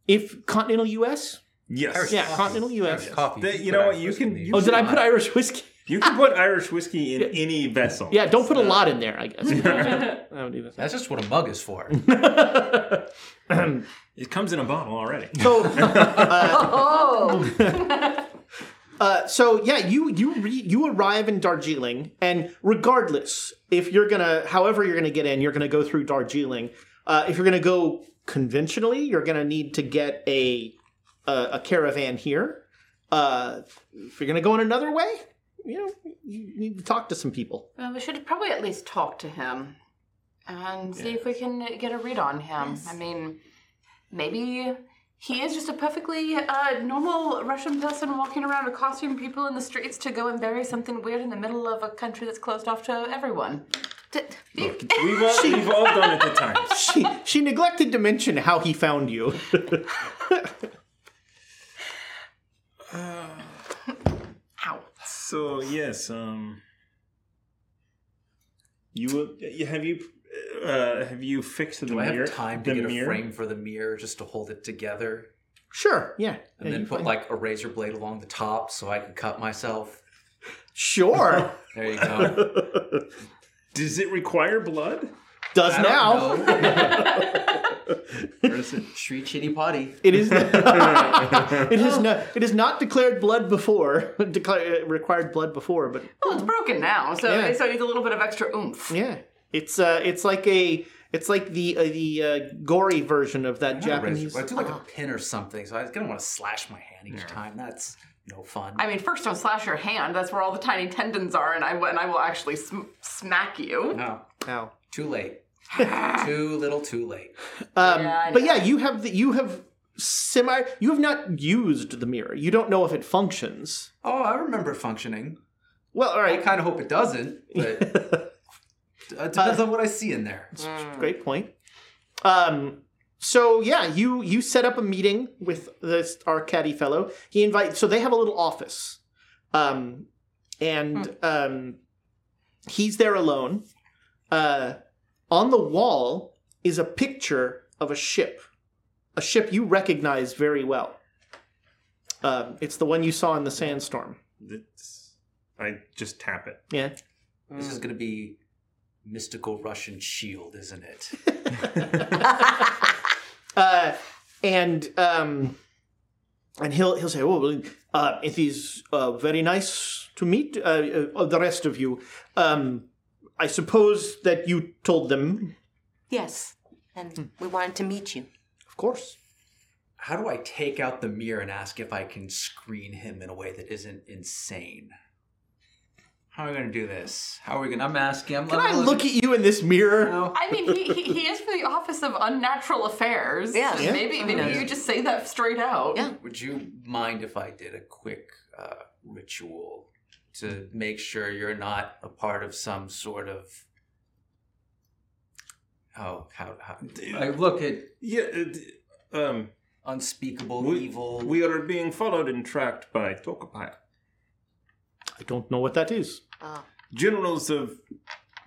S6: If continental U.S.
S1: Yes.
S6: Yeah, continental U.S.
S3: Coffee.
S1: That- you know what? You can you,
S6: Oh, did I put Irish whiskey?
S1: you can put Irish whiskey in any vessel.
S6: Yeah, don't put a lot in there. I guess. I don't do
S9: That's just what a mug is for.
S6: that.
S1: It comes in a bottle already.
S6: So, uh, uh, so yeah, you you re, you arrive in Darjeeling, and regardless if you're gonna, however you're gonna get in, you're gonna go through Darjeeling. Uh, if you're gonna go conventionally, you're gonna need to get a a, a caravan here. Uh, if you're gonna go in another way, you know, you need to talk to some people.
S7: Well, we should probably at least talk to him and see if we can get a read on him. I mean, maybe he is just a perfectly uh, normal Russian person walking around accosting people in the streets to go and bury something weird in the middle of a country that's closed off to everyone.
S1: We've all, we've all done it the time.
S6: She she neglected to mention how he found you.
S7: Ow.
S1: So yes, um, you will- have you uh, have you fixed the
S9: Do I
S1: mirror?
S9: have time to
S1: the
S9: get
S1: mirror?
S9: a frame for the mirror just to hold it together,
S6: sure, yeah.
S9: and then put like a razor blade along the top so I can cut myself?
S6: Sure,
S9: There you go.
S1: Does it require blood?
S6: does
S9: I
S6: now.
S9: don't know.
S1: Or is it-
S9: Shri Chitty Potty.
S6: It is. it is not. It is not declared blood before. Declare, uh, required blood before, but
S7: Well, it's broken now, so
S6: Yeah.
S7: so it needs a little bit of extra oomph.
S6: yeah, it's uh, it's like a It's like the uh, the uh, gory version of that
S9: I know, Razor,
S6: Japanese.
S9: but I do like a pin or something, so I was gonna want to slash my hand each time. That's no fun.
S7: I mean, first don't slash your hand. That's where all the tiny tendons are, and I will- and I will actually sm- smack you.
S9: no,
S6: Ow.
S9: too late. too little, too late.
S6: Um,
S7: Yeah, I
S6: but yeah, you have the, you have semi. You have not used the mirror. You don't know if it functions.
S9: Oh, I remember functioning.
S6: Well, all
S9: I
S6: right,
S9: kind of hope it doesn't, but it depends on what I see in there.
S6: Mm. great point. Um, so yeah, you you set up a meeting with this our caddy fellow. He invites. So they have a little office, um, and um, he's there alone. Uh, on the wall is a picture of a ship, a ship you recognize very well. Um, it's the one you saw in the sandstorm.
S1: It's, I just tap it.
S6: Yeah.
S9: This is gonna be mystical Russian shield, isn't it?
S6: uh, and um, and he'll he'll say, "Oh, well, uh, it is uh, very nice to meet uh, uh, the rest of you. Um, I suppose that you told them,
S10: Yes. And we wanted to meet you.
S6: of course.
S9: How do I take out the mirror and ask if I can screen him in a way that isn't insane? How are we gonna do this? How are we gonna? I'm asking. I'm
S6: Can I
S9: I'm
S6: look at you in this mirror?
S9: No.
S7: I mean, he, he, he is for the Office of Unnatural Affairs.
S10: Yeah.
S7: so
S10: Yeah.
S7: Maybe, maybe you just say that straight out.
S10: Yeah.
S9: Would you mind if I did a quick uh, ritual to make sure you're not a part of some sort of? Oh, how, how I look at
S1: Yeah, it, um,
S9: unspeakable
S1: we,
S9: evil.
S1: we are being followed and tracked by Tokopai.
S6: I don't know what that is.
S1: Generals of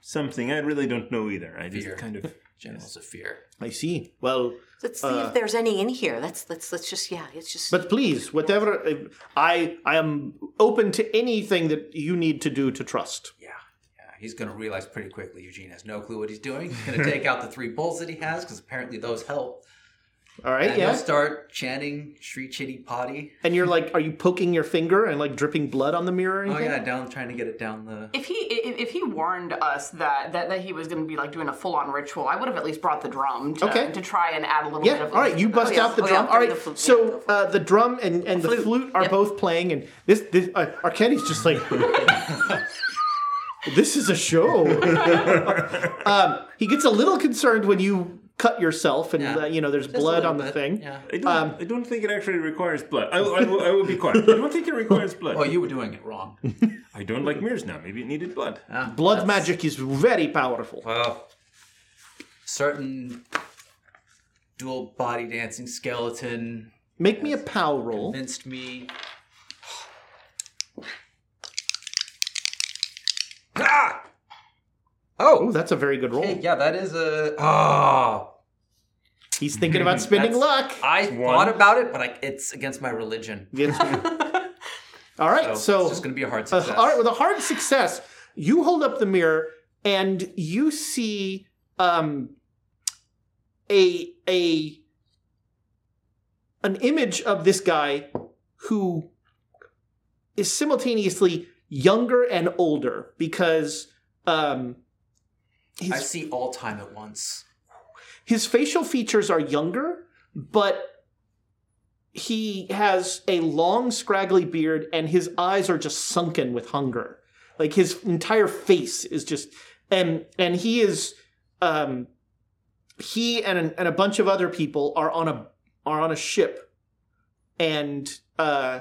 S1: something. I really don't know either. I just
S9: Fear.
S1: kind of.
S9: generals of fear.
S6: I see. Well,
S10: Let's see if there's any in here. Let's let's let's just yeah. It's just
S6: but please, whatever. uh, I I am open to anything that you need to do to trust.
S9: Yeah, yeah. He's gonna realize pretty quickly Eugene has no clue what he's doing. He's gonna take out the three bulls that he has because apparently those help.
S6: All right,
S9: And
S6: yeah.
S9: he'll start chanting Shri Chitty Potty.
S6: And you're like, are you poking your finger and like dripping blood on the mirror? or
S9: Oh
S6: anything?
S9: yeah, down trying to get it down the.
S7: If he if, if he warned us that, that, that he was going to be like doing a full on ritual, I would have at least brought the drum to,
S6: Okay.
S7: to try and add a little bit
S6: Yeah.
S7: of.
S6: All right. You bust
S10: Oh, yeah.
S6: out the
S10: Oh, yeah.
S6: drum. All right.
S10: The flute. Yeah,
S6: So
S10: the flute.
S6: uh, the drum and, and the flute,
S10: Flute.
S6: are
S10: Yep.
S6: both playing, and this this uh, Arcadi's just like. This is a show. um, he gets a little concerned when you cut yourself, and
S9: Yeah.
S6: uh, you know there's
S9: Just a
S6: blood
S9: little
S6: on the
S9: bit,
S6: thing.
S9: Yeah.
S1: I don't, I don't think it actually requires blood. I, will- I, will, I will be quiet. I don't think it requires blood.
S9: Oh, you were doing it wrong.
S1: I don't like mirrors now. Maybe it needed blood.
S9: Ah.
S6: Blood magic is very powerful.
S9: Well, Uh, certain dual body dancing skeleton
S6: Make me a pow roll.
S9: convinced me. Ah!
S6: Oh,
S9: Oh,
S6: that's a very good
S9: hey,
S6: roll.
S9: yeah, that is a. Oh,
S6: He's thinking about spending luck.
S9: I
S1: One.
S9: thought about it, but I, it's against my religion.
S6: It's- all right, so,
S9: it's just gonna be a hard
S6: Uh,
S9: success.
S6: all right, with a hard success, you hold up the mirror and you see um, a a an image of this guy who is simultaneously younger and older because um,
S9: I
S6: his
S9: see all time at once.
S6: his facial features are younger, but he has a long, scraggly beard, and his eyes are just sunken with hunger. Like his entire face is just, and and he is, um, he and and a bunch of other people are on a are on a ship, and uh,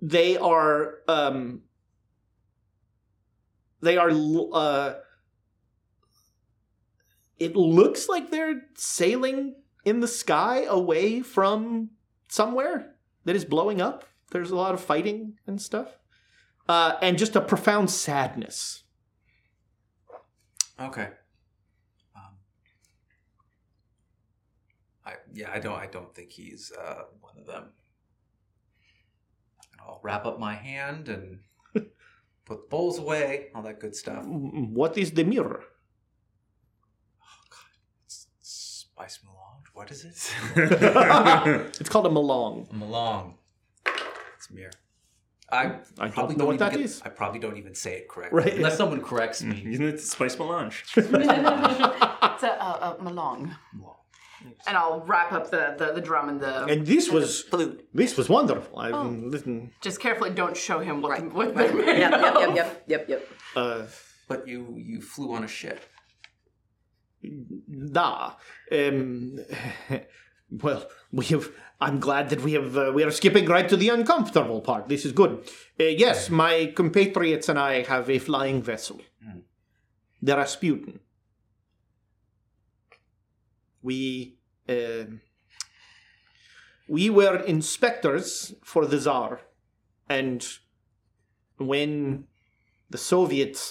S6: they are um, they are l- uh it looks like they're sailing in the sky away from somewhere that is blowing up. There's a lot of fighting and stuff. Uh, and just a profound sadness.
S9: Okay. Um, I yeah, I don't I don't think he's uh, one of them. I'll wrap up my hand and put the bowls away, all that good stuff.
S6: Mm, What is the mirror?
S9: S- Spice melange, what is it?
S6: it's called a malong.
S9: Malong. It's a mirror. I,
S1: I
S9: probably
S1: don't know what
S9: even
S1: that
S9: get-
S1: is.
S9: I probably don't even say it correctly.
S1: Right, Mm-hmm.
S9: Unless
S1: yeah.
S9: someone corrects me.
S1: Isn't it spice melange?
S7: It's a, a, a uh, malong. And I'll wrap up the, the, the drum and the.
S6: And this was This was wonderful. I
S7: Oh.
S6: listen.
S7: Just carefully don't show him what, what
S10: Right.
S7: they're made
S10: Yep, yep,
S7: of.
S10: yep, yep, yep, yep.
S6: Uh,
S9: but you you flew on a ship.
S6: nah. Um, well, we have. I'm glad that we have. Uh, we are skipping right to the uncomfortable part. This is good. Uh, yes, my compatriots and I have a flying vessel. The Rasputin. We. um we were inspectors for the Tsar, and when the Soviets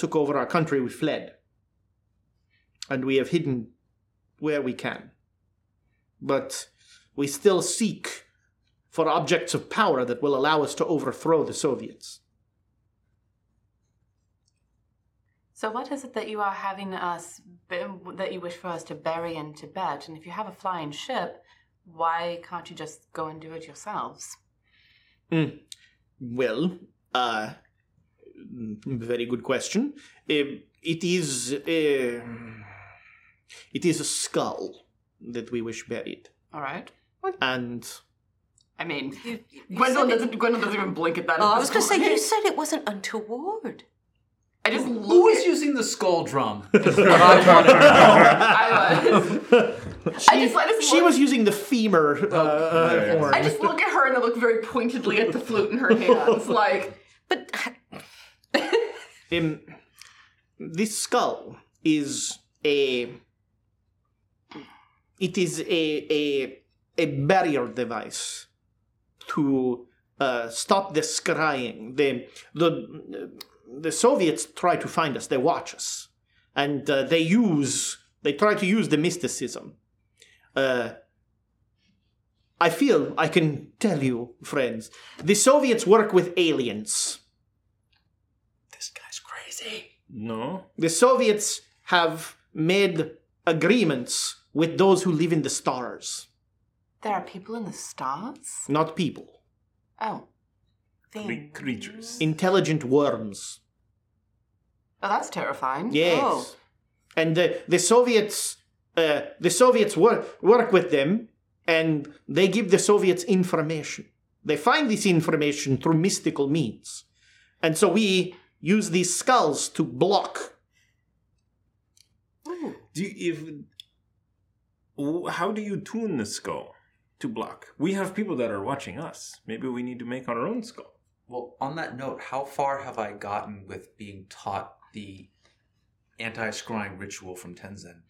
S6: took over our country, we fled. And we have hidden where we can. But we still seek for objects of power that will allow us to overthrow the Soviets.
S7: So, what is it that you are having us, b- that you wish for us to bury in Tibet? And if you have a flying ship, why can't you just go and do it yourselves?
S6: Mm. Well, uh, very good question. Um, it is uh, it is a skull that we wish buried,
S7: All right.
S6: and
S7: I mean,
S10: said
S7: Gwendolyn
S10: it-
S7: doesn't, Gwendolyn doesn't even blink at that.
S10: Oh, I was going to say, you said it wasn't untoward.
S7: I just
S9: Who
S7: look
S9: is
S7: at-
S9: using the skull drum? Is what I want to know.
S7: I uh, was. I just, I just
S6: she
S7: look,
S6: was using the femur. Uh, uh, horn.
S7: I just look at her and I look very pointedly at the flute in her hands, like.
S10: But
S6: Um, this skull is a. It is a a a barrier device to uh, stop the scrying. The the the Soviets try to find us. They watch us, and uh, they use they try to use the mysticism. Uh, I feel I can tell you, friends, the Soviets work with aliens.
S9: This guy's crazy.
S1: No.
S6: The Soviets have made agreements with those who live in the stars,
S7: There are people in the stars?
S6: not people.
S7: Oh.
S1: Big creatures.
S6: Intelligent worms.
S7: Oh, that's terrifying.
S6: Yes.
S7: Oh.
S6: And the, the Soviets, uh, the Soviets work, work with them, and they give the Soviets information. They find this information through mystical means, and so we use these skulls to block.
S1: Do you, if w- how do you tune the skull to block? We have people that are watching us. Maybe we need to make our own skull.
S9: Well, on that note, how far have I gotten with being taught the anti-scrying ritual from Tenzin?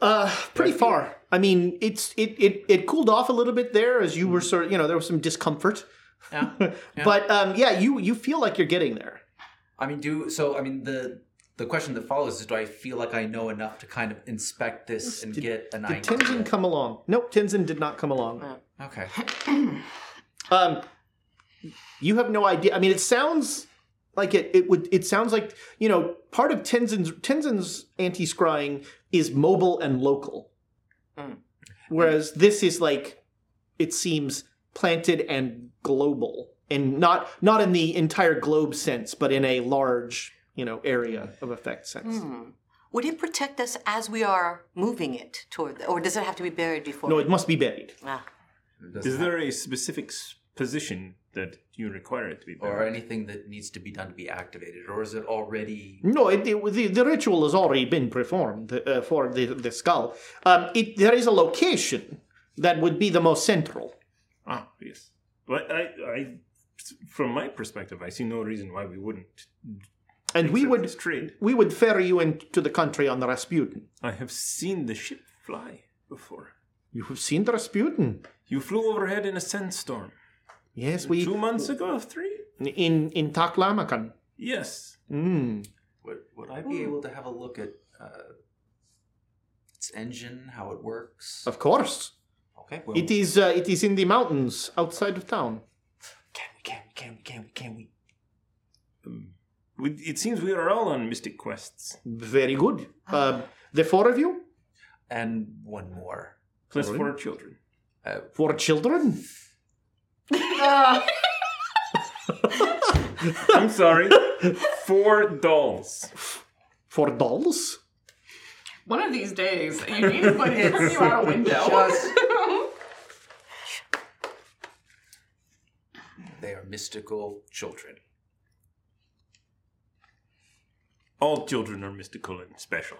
S6: Uh, pretty far. I mean, it's it, it it cooled off a little bit there as you were sort of, you know there was some discomfort,
S9: Yeah.
S6: but um, yeah, you you feel like you're getting there.
S9: I mean, do so. I mean, the the question that follows is: Do I feel like I know enough to kind of inspect this and get an
S6: Did
S9: idea?
S6: Tenzin come along? Nope, Tenzin did not come along.
S9: Okay.
S6: Um, you have no idea. I mean, it sounds like it it would it sounds like you know part of Tenzin's Tenzin's anti scrying is mobile and local, whereas this is like it seems planted and global and not not in the entire globe sense, but in a large you know area of effect sense.
S10: would it protect us as we are moving it toward, or does it have to be buried before?
S6: No, it must be buried.
S10: Ah.
S1: Is there a specific s- position that you require it to be?
S9: or
S1: buried?
S9: anything that needs to be done to be activated, or is it already?
S6: No, it, it- the, the ritual has already been performed uh, for the, the skull. Um, it, there is a location that would be the most central.
S1: Ah, yes. But I, I, from my perspective, I see no reason why we wouldn't.
S6: And we
S1: accept
S6: would
S1: this trade.
S6: we would ferry you into the country on the Rasputin.
S1: I have seen the ship fly before.
S6: You have seen the Rasputin.
S1: You flew overhead in a sandstorm
S6: Yes, we
S1: two months ago, three.
S6: in in Taklamakan.
S1: Yes.
S6: Mm.
S9: Would, would I be able to have a look at uh, its engine, how it works?
S6: Of course,
S9: Okay. Well,
S6: it is uh, it is in the mountains outside of town.
S9: Can we? Can we? Can we? Can we? Can we?
S1: We, it seems we are all on mystic quests.
S6: Very good.
S9: Ah.
S6: Uh, the four of you,
S9: And one more.
S1: Plus four children.
S6: four children.
S1: I'm sorry. Four dolls.
S6: Four dolls?
S7: One of these days, you need somebody to throw you out a window.
S9: They are mystical children.
S1: All children are mystical and special.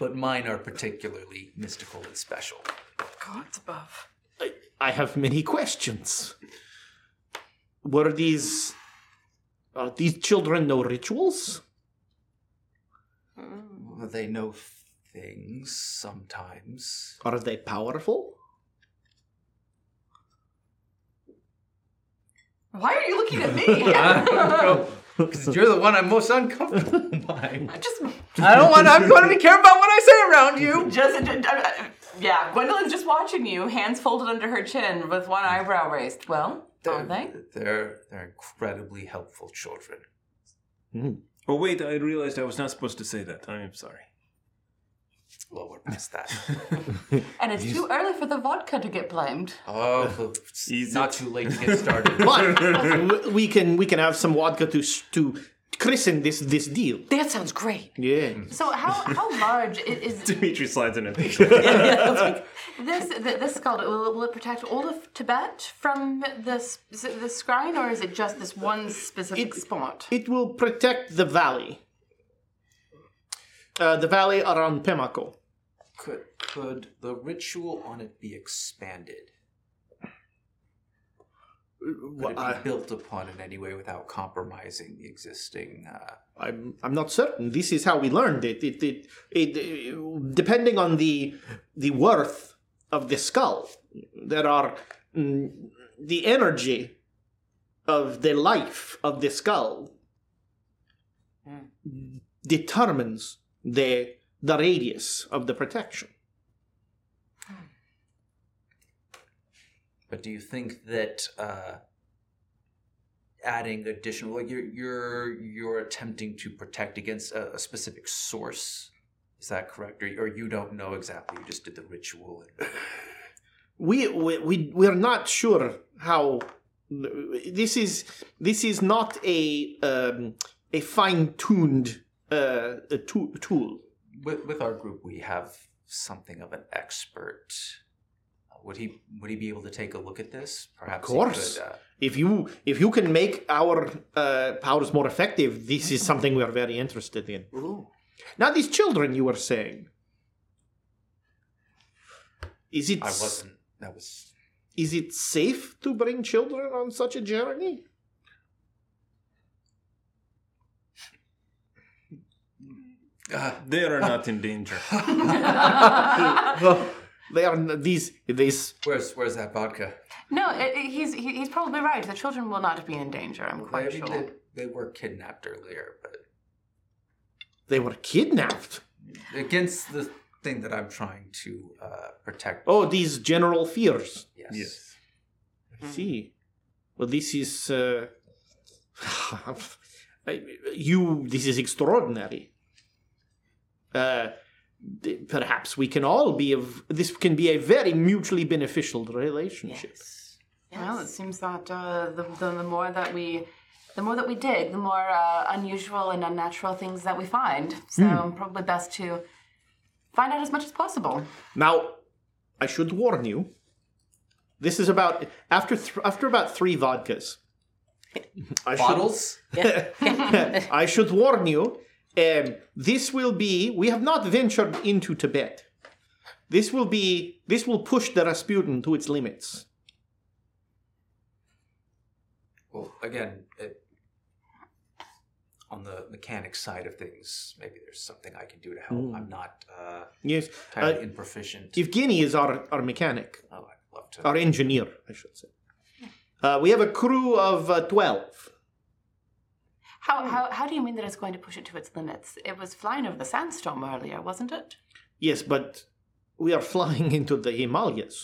S9: But mine are particularly mystical and special.
S7: Gods above.
S6: I have many questions. Were these are these children no rituals?
S9: They know things sometimes.
S6: Are they powerful?
S7: Why are you looking at me?
S9: Because you're the one I'm most uncomfortable by.
S7: I just,
S9: I don't want. I'm going to be careful about what I say around you.
S7: just, uh, yeah. Gwendolyn's just watching you, hands folded under her chin, with one eyebrow raised. Well, are they?
S9: They're they're incredibly helpful children.
S1: Oh wait, I realized I was not supposed to say that. I am sorry.
S9: Well, we're past that.
S7: And it's too early for the vodka to get blamed.
S9: Oh, it's
S1: Easy.
S9: not too late to get started.
S6: But w- we can we can have some vodka to s- to christen this this deal.
S10: That sounds great.
S6: Yeah.
S7: So how how large i- is
S1: Dimitri slides in a picture.
S7: this th- this skull? Will, will it protect all of Tibet from this this shrine, or is it just this one specific spot?
S6: It will protect the valley. Uh, the valley around Pemako.
S9: could could the ritual on it be expanded? Could it be built upon in any way without compromising the existing? Uh,
S6: I'm I'm not certain. This is how we learned it. It it, it, depending on the the worth of the skull, there are mm, the energy of the life of the skull determines the the radius of the protection.
S9: But do you think that uh, adding additional, like you're you're you're attempting to protect against a, a specific source, is that correct, or, or you don't know exactly? You just did the ritual. And,
S6: we we we we're not sure how this is this is not a um, a fine tuned uh, a tu- tool.
S9: with with our group, we have something of an expert. Uh, Would he would he be able to take a look at this? Perhaps. he
S6: course.
S9: could, uh,
S6: If you if you can make our uh, powers more effective, this is something we are very interested in. Now these children you were saying. Is it
S9: I wasn't. That was.
S6: is it safe to bring children on such a journey?
S1: they are not in danger.
S6: They are n- these these
S9: Where's where's that vodka?
S7: No, i i- he's he, he's probably right. The children will not be in danger. I'm quite
S9: They-
S7: sure.
S9: they, they were kidnapped earlier, but
S6: they were kidnapped.
S9: against the thing that I'm trying to uh, protect.
S6: Oh, these general fears.
S1: Yes.
S6: I see. Well, this is uh, I- you. This is extraordinary. Uh, d- perhaps we can all be of this can be a very mutually beneficial relationship.
S7: Well, it seems that uh, the, the the more that we the more that we dig, the more uh, unusual and unnatural things that we find. So probably best to find out as much as possible.
S6: Now, I should warn you. This is about after th- after about three vodkas. I should-
S9: Bottles?
S6: I should warn you, um, this will be, we have not ventured into Tibet. This will be, this will push the Rasputin to its limits.
S9: Well, again, it, on the mechanic side of things, maybe there's something I can do to help. I'm not uh,
S6: Hmm. Yes.
S9: entirely
S6: Uh,
S9: improficient.
S6: Evgeny is our, our mechanic,
S9: oh, I'd love to.
S6: our engineer, I should say. Uh, we have a crew of uh, 12.
S7: How, how how do you mean that it's going to push it to its limits? It was flying over the sandstorm earlier, wasn't it?
S6: Yes, but we are flying into the Himalayas.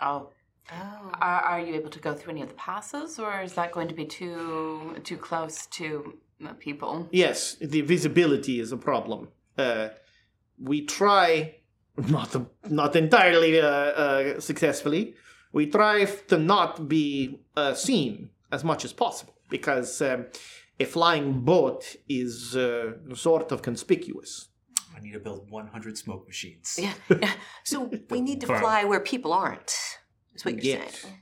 S7: Oh.
S10: Oh.
S7: Are, are you able to go through any of the passes, or is that going to be too too close to uh, people?
S6: Yes, the visibility is a problem. Uh, we try, not not entirely uh, uh, successfully, we try to not be uh, seen as much as possible because um, a flying boat is uh, sort of conspicuous.
S9: I need to build 100 smoke machines.
S10: Yeah. So we need to
S6: Fine.
S10: fly where people aren't. Is what you're
S6: Yes.
S10: saying.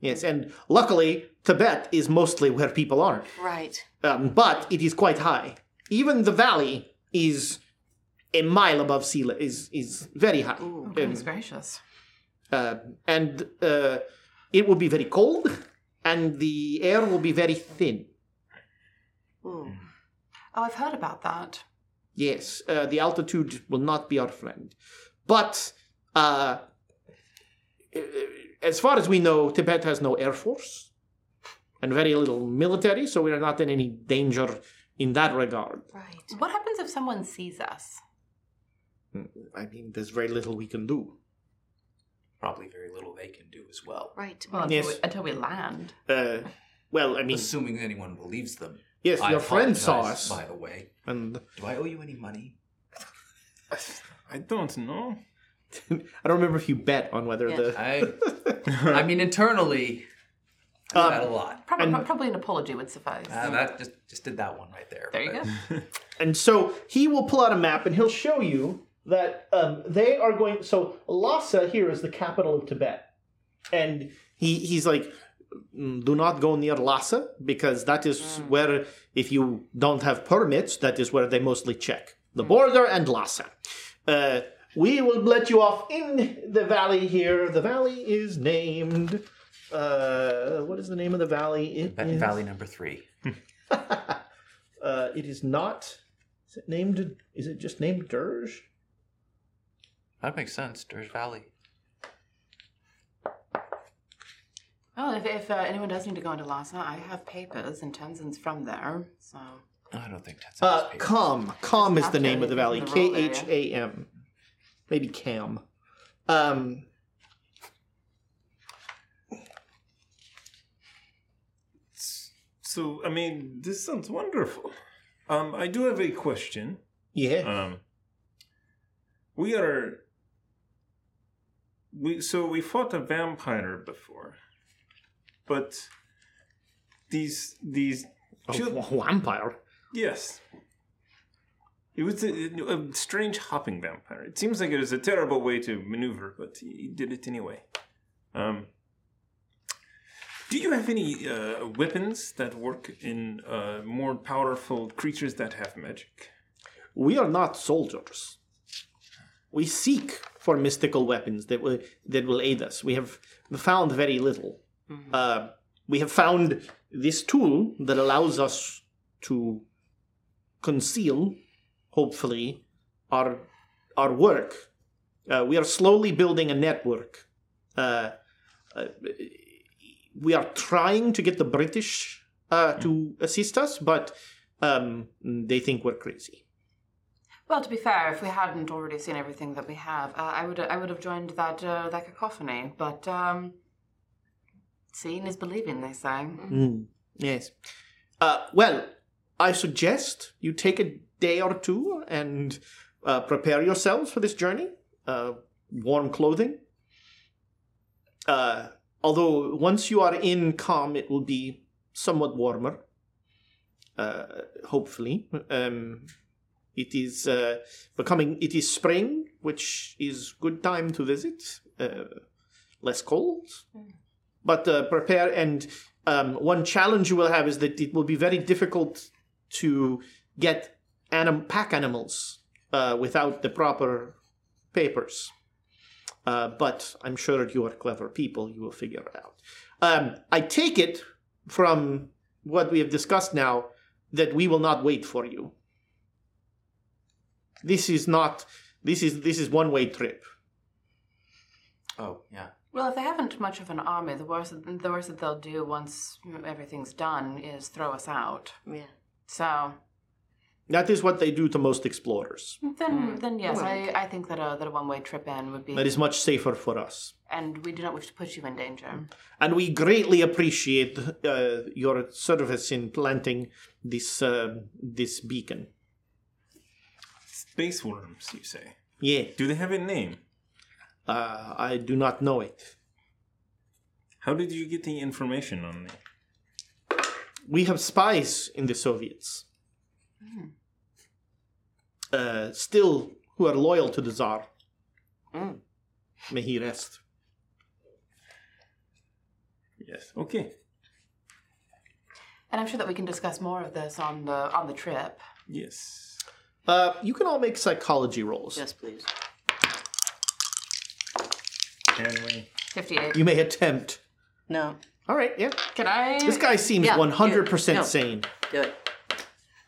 S6: Yes, and luckily, Tibet is mostly where people aren't.
S10: Right.
S6: um, but it is quite high. Even the valley is a mile above sea level. is is very high. Um,
S7: Goodness gracious.
S6: Uh, and uh, it will be very cold, and the air will be very thin.
S10: Hmm.
S6: Mm.
S7: Oh, I've heard about that.
S6: Yes, uh, the altitude will not be our friend. But uh, as far as we know, Tibet has no air force and very little military, so we are not in any danger in that regard.
S7: What happens if someone sees us?
S6: I mean, there's very little we can do.
S9: Probably very little they can do as well.
S10: Right.
S7: Well, until,
S6: Yes.
S7: we, until we land.
S6: Uh, well, I mean,
S9: Assuming anyone believes them.
S6: Yes,
S9: I
S6: your friend saw
S9: apologize,
S6: us.
S9: By the way,
S6: and
S9: do I owe you any money?
S1: I don't know.
S6: I don't remember if you bet on whether
S10: Yeah.
S6: the
S9: I, I mean, internally, I
S6: Um,
S9: had a lot.
S7: Probably, probably an apology would suffice.
S9: Uh, that just just did that one right there.
S7: there you go.
S9: but-
S6: and so he will pull out a map and he'll show you that um, they are going. So Lhasa here is the capital of Tibet, and he he's like, "Mm, do not go near Lhasa because that is where if you don't have permits, that is where they mostly check the border and Lhasa. Uh, we will let you off in the valley here. The valley is named. Uh, what is the name of the valley? It
S9: That
S6: is-
S9: Valley number three.
S6: Uh, it is not. Is it named? Is it just named Dirge?
S9: That makes sense. Dirge Valley.
S7: Oh, if, if uh, anyone does need to go into Lhasa, I have papers and Tenzin's from there. So
S9: Oh, I don't think that's.
S6: Uh, Kham. Kham is the
S7: After
S6: name of the valley.
S7: the
S6: K
S7: rural area.
S6: H A M. Maybe Cam. Um.
S1: So, I mean, this sounds wonderful. Um, I do have a question.
S6: Yeah.
S1: Um, we are. We so we fought a vampire before, but these these chil-
S6: Oh, vampire.
S1: yes. It was a, a strange hopping vampire. It seems like it was a terrible way to maneuver, but he, he did it anyway. Um, do you have any uh, weapons that work in uh, more powerful creatures that have magic?
S6: We are not soldiers. We seek for mystical weapons that will that will aid us. We have found very little. Uh, we have found this tool that allows us to conceal, hopefully, our our work. Uh, we are slowly building a network. Uh, uh, we are trying to get the British uh, to assist us, but um, they think we're crazy.
S7: Well, to be fair, if we hadn't already seen everything that we have, uh, I would I would have joined that uh, that cacophony. But um, seeing is believing, they say.
S6: Mm, yes. Uh, well, I suggest you take a day or two and uh, prepare yourselves for this journey. Uh, warm clothing. Uh, although once you are in calm, it will be somewhat warmer. Uh, hopefully, um, it is uh, becoming. It is spring, which is good time to visit. Uh, less cold, but uh, prepare and um, one challenge you will have is that it will be very difficult to get anim- pack animals uh, without the proper papers uh, but i'm sure you are clever people you will figure it out um, i take it from what we have discussed now that we will not wait for you this is not this is this is one way trip
S9: Oh yeah.
S7: Well, if they haven't much of an army, the worst the worst that they'll do once everything's done is throw us out.
S10: Yeah.
S7: So
S6: that is what they do to most explorers
S7: then then yes, I, I think that a that a one way trip in would be
S6: Hmm. that is much safer for us
S7: and we do not wish to put you in danger.
S6: and we greatly appreciate uh, your service in planting this uh, this beacon.
S1: Space worms, you say?
S6: Yeah,
S1: Do they have a name?
S6: uh, I do not know it.
S1: How did you get the information on me?
S6: We have spies in the Soviets.
S10: Hmm.
S6: Uh, still, who are loyal to the Tsar.
S10: Mm.
S6: May he rest.
S1: Yes. Okay.
S7: And I'm sure that we can discuss more of this on the on the trip.
S1: Yes.
S6: Uh, you can all make psychology rolls.
S10: Yes, please.
S1: Can we?
S7: 58.
S6: You may attempt.
S10: No.
S6: All right, yeah.
S7: Can I?
S6: This guy seems
S10: Yeah,
S6: 100%
S10: yeah, no.
S6: sane.
S10: Do it.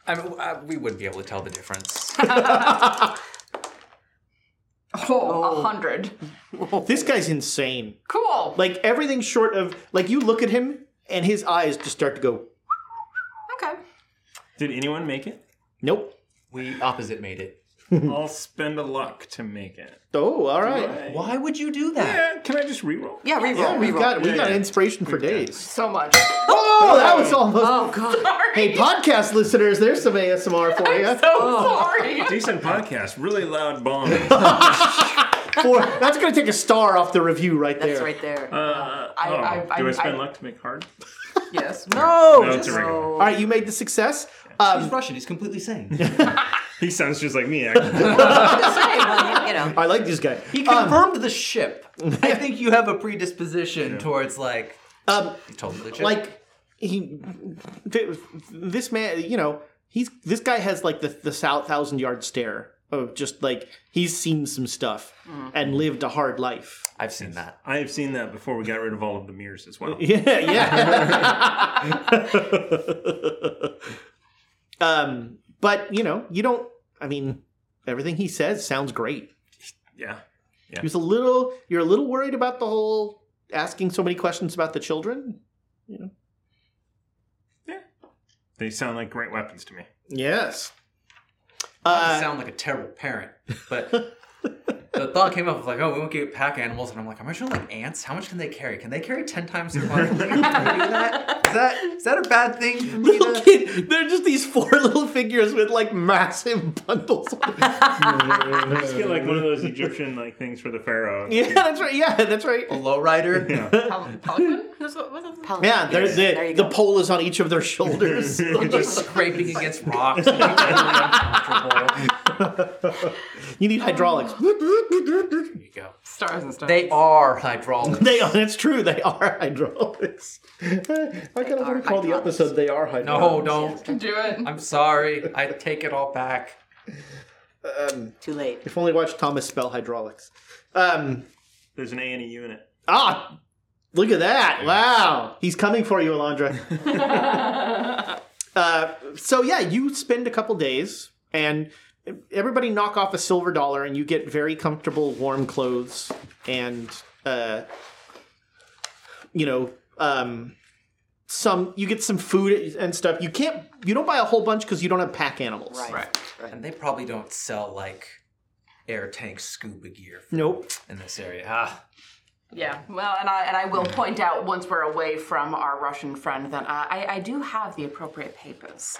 S9: I, mean, I, we wouldn't be able to tell the difference.
S7: Oh, a 100.
S6: This guy's insane.
S7: Cool.
S6: Like, everything short of, like, you look at him and his eyes just start to go,
S7: okay.
S1: Did anyone make it?
S6: nope.
S9: we opposite made it.
S1: I'll spend a luck to make it.
S6: Oh, all right.
S9: Why would you do that?
S1: Yeah, can I just reroll?
S10: Yeah, reroll.
S6: Yeah, we've
S10: reroll.
S6: got we got inspiration for days.
S7: So much.
S6: Oh, that was almost.
S10: Oh God.
S6: Hey, podcast listeners, there's some ASMR for you.
S7: Sorry.
S1: Decent podcast, really loud Uh, bomb.
S6: For, that's going to take a star off the review right there.
S10: That's right there.
S1: Uh,
S7: I-
S1: oh,
S7: I-
S1: do I
S7: I-
S1: spend
S7: I-
S1: luck to make hard?
S7: yes.
S10: no.
S1: No, it's
S10: just-
S1: a regular.
S6: All right, you made the success.
S9: He's
S6: Um,
S9: Russian. He's completely sane.
S1: He sounds just like me, actually.
S10: Hey, well, you- you know.
S6: I like this guy. Uh,
S9: He confirmed the ship. I think you have a predisposition towards like
S6: Um,
S9: totally legit.
S6: like he, th- this man, you know, he's this guy has like the the thousand yard stare of just like he's seen some stuff
S10: Mm-hmm.
S6: and lived a hard life.
S9: I've seen that.
S1: I have seen that before we got rid of all of the mirrors as well.
S6: Yeah, yeah. um, but you know, you don't. I mean, everything he says sounds great.
S1: Yeah.
S6: He was a little. You're a little worried about the whole asking so many questions about the children.
S1: They sound like great weapons to me.
S6: Yes.
S9: I
S6: Uh,
S9: sound like a terrible parent, but the thought came up of like, oh, we won't get pack animals, and I'm like, am I sure like ants? How much can they carry? Can they carry ten times their body? weight? Can they do that? Is that is that a bad thing for me?
S6: little
S9: To...
S6: kid, they're just these four little figures with like massive bundles.
S1: Just get like one of those Egyptian like things for the pharaoh.
S6: yeah, that's right. Yeah, that's right.
S9: A lowrider.
S7: Pal- Pelican? That's what, what's that?
S6: Yeah, they're,
S10: There
S6: the
S10: you
S6: the
S10: go.
S6: pole is on each of their shoulders.
S9: Just scraping against rocks. and being really uncomfortable.
S6: you need hydraulics.
S9: There you go.
S7: Stars and stars.
S9: They are hydraulic.
S6: They are. That's true. They are hydraulics. I kind of want to call the episode "They Are
S9: No,
S6: Hydraulics."
S9: don't.
S7: do it.
S9: I'm sorry. I take it all back.
S10: Too late.
S6: If only watch Thomas spell hydraulics. Um,
S1: There's an A and a U in it.
S6: ah, look at that! Wow, he's coming for you, Alondra. uh, so yeah, you spend a couple days, and everybody knock off a silver dollar, and you get very comfortable, warm clothes, and uh, you know. Um, some you get some food and stuff. You can't you don't buy a whole bunch because you don't have pack animals.
S10: Right.
S9: And they probably don't sell like air tank scuba gear
S6: Nope.
S9: in this area. Ah,
S7: Yeah, well, and I and I will point out once we're away from our Russian friend that uh, I I do have the appropriate papers.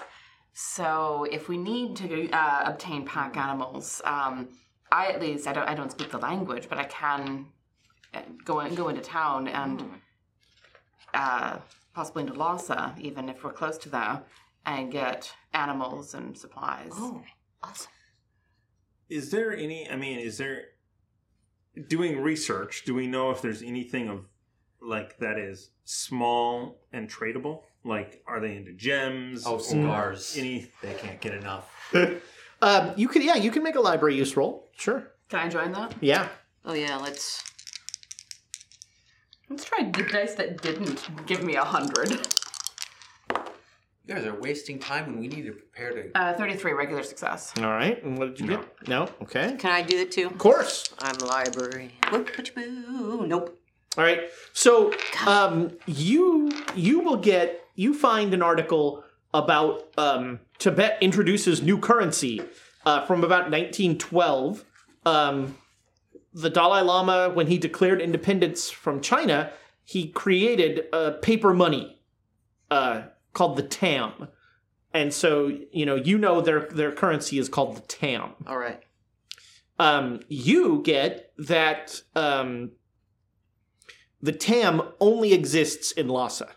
S7: So if we need to uh, obtain pack animals, um, I at least I don't I don't speak the language, but I can uh, go in, go into town and uh, possibly into Lhasa, even if we're close to there, and get animals and supplies.
S10: Oh, awesome.
S1: Is there any? I mean, is there doing research? Do we know if there's anything of like that is small and tradable? Like, are they into gems?
S9: oh,
S1: or
S9: cigars.
S1: Any?
S9: They can't get enough.
S6: Um, you can yeah, you can make a library use roll. Sure.
S7: Can I join that?
S6: Yeah.
S10: Oh yeah, let's.
S7: Let's try the dice that didn't give me a hundred.
S9: You guys are wasting time when we need to prepare to.
S7: Uh, Thirty-three regular success.
S6: All right. And what did you get? No. Okay.
S10: Can I do it too?
S6: Of course.
S10: I'm library. Whoop, put your boo. Nope.
S6: All right. So um, you you will get you find an article about um, Tibet introduces new currency uh, from about 1912. Um, the Dalai Lama, when he declared independence from China, he created uh, paper money uh, called the tam. And so you know you know their their currency is called the tam.
S10: All right.
S6: um, you get that um, the TAM only exists in Lhasa.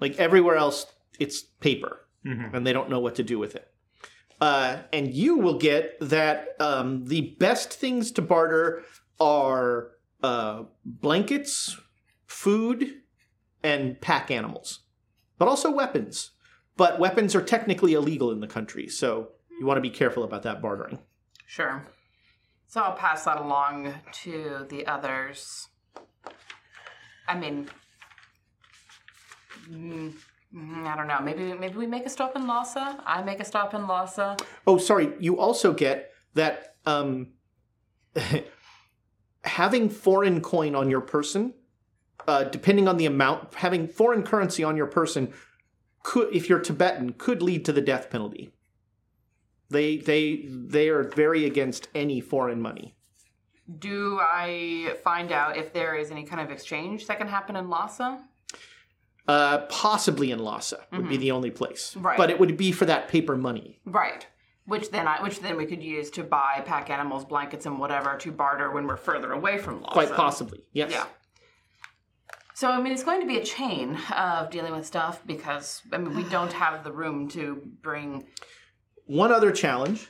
S6: Like everywhere else, it's paper, and they don't know what to do with it. Uh, and you will get that um, the best things to barter are uh, blankets, food, and pack animals, but also weapons. But weapons are technically illegal in the country, so you want to be careful about that bartering.
S7: Sure. So I'll pass that along to the others. I mean, mm, mm, I don't know. Maybe maybe we make a stop in Lhasa. I make a stop in Lhasa.
S6: Oh, sorry. You also get that um, having foreign coin on your person, uh, depending on the amount, having foreign currency on your person, could, if you're Tibetan, could lead to the death penalty. They they they are very against any foreign money.
S7: Do I find out if there is any kind of exchange that can happen in Lhasa?
S6: Uh, possibly in Lhasa would be the only place,
S7: Mm-hmm. Right.
S6: but it would be for that paper money.
S7: Right. Which then I which then we could use to buy pack animals, blankets, and whatever to barter when we're further away from Lhasa.
S6: Quite possibly, yes.
S7: Yeah. So I mean, it's going to be a chain of dealing with stuff because I mean we don't have the room to bring
S6: One other challenge: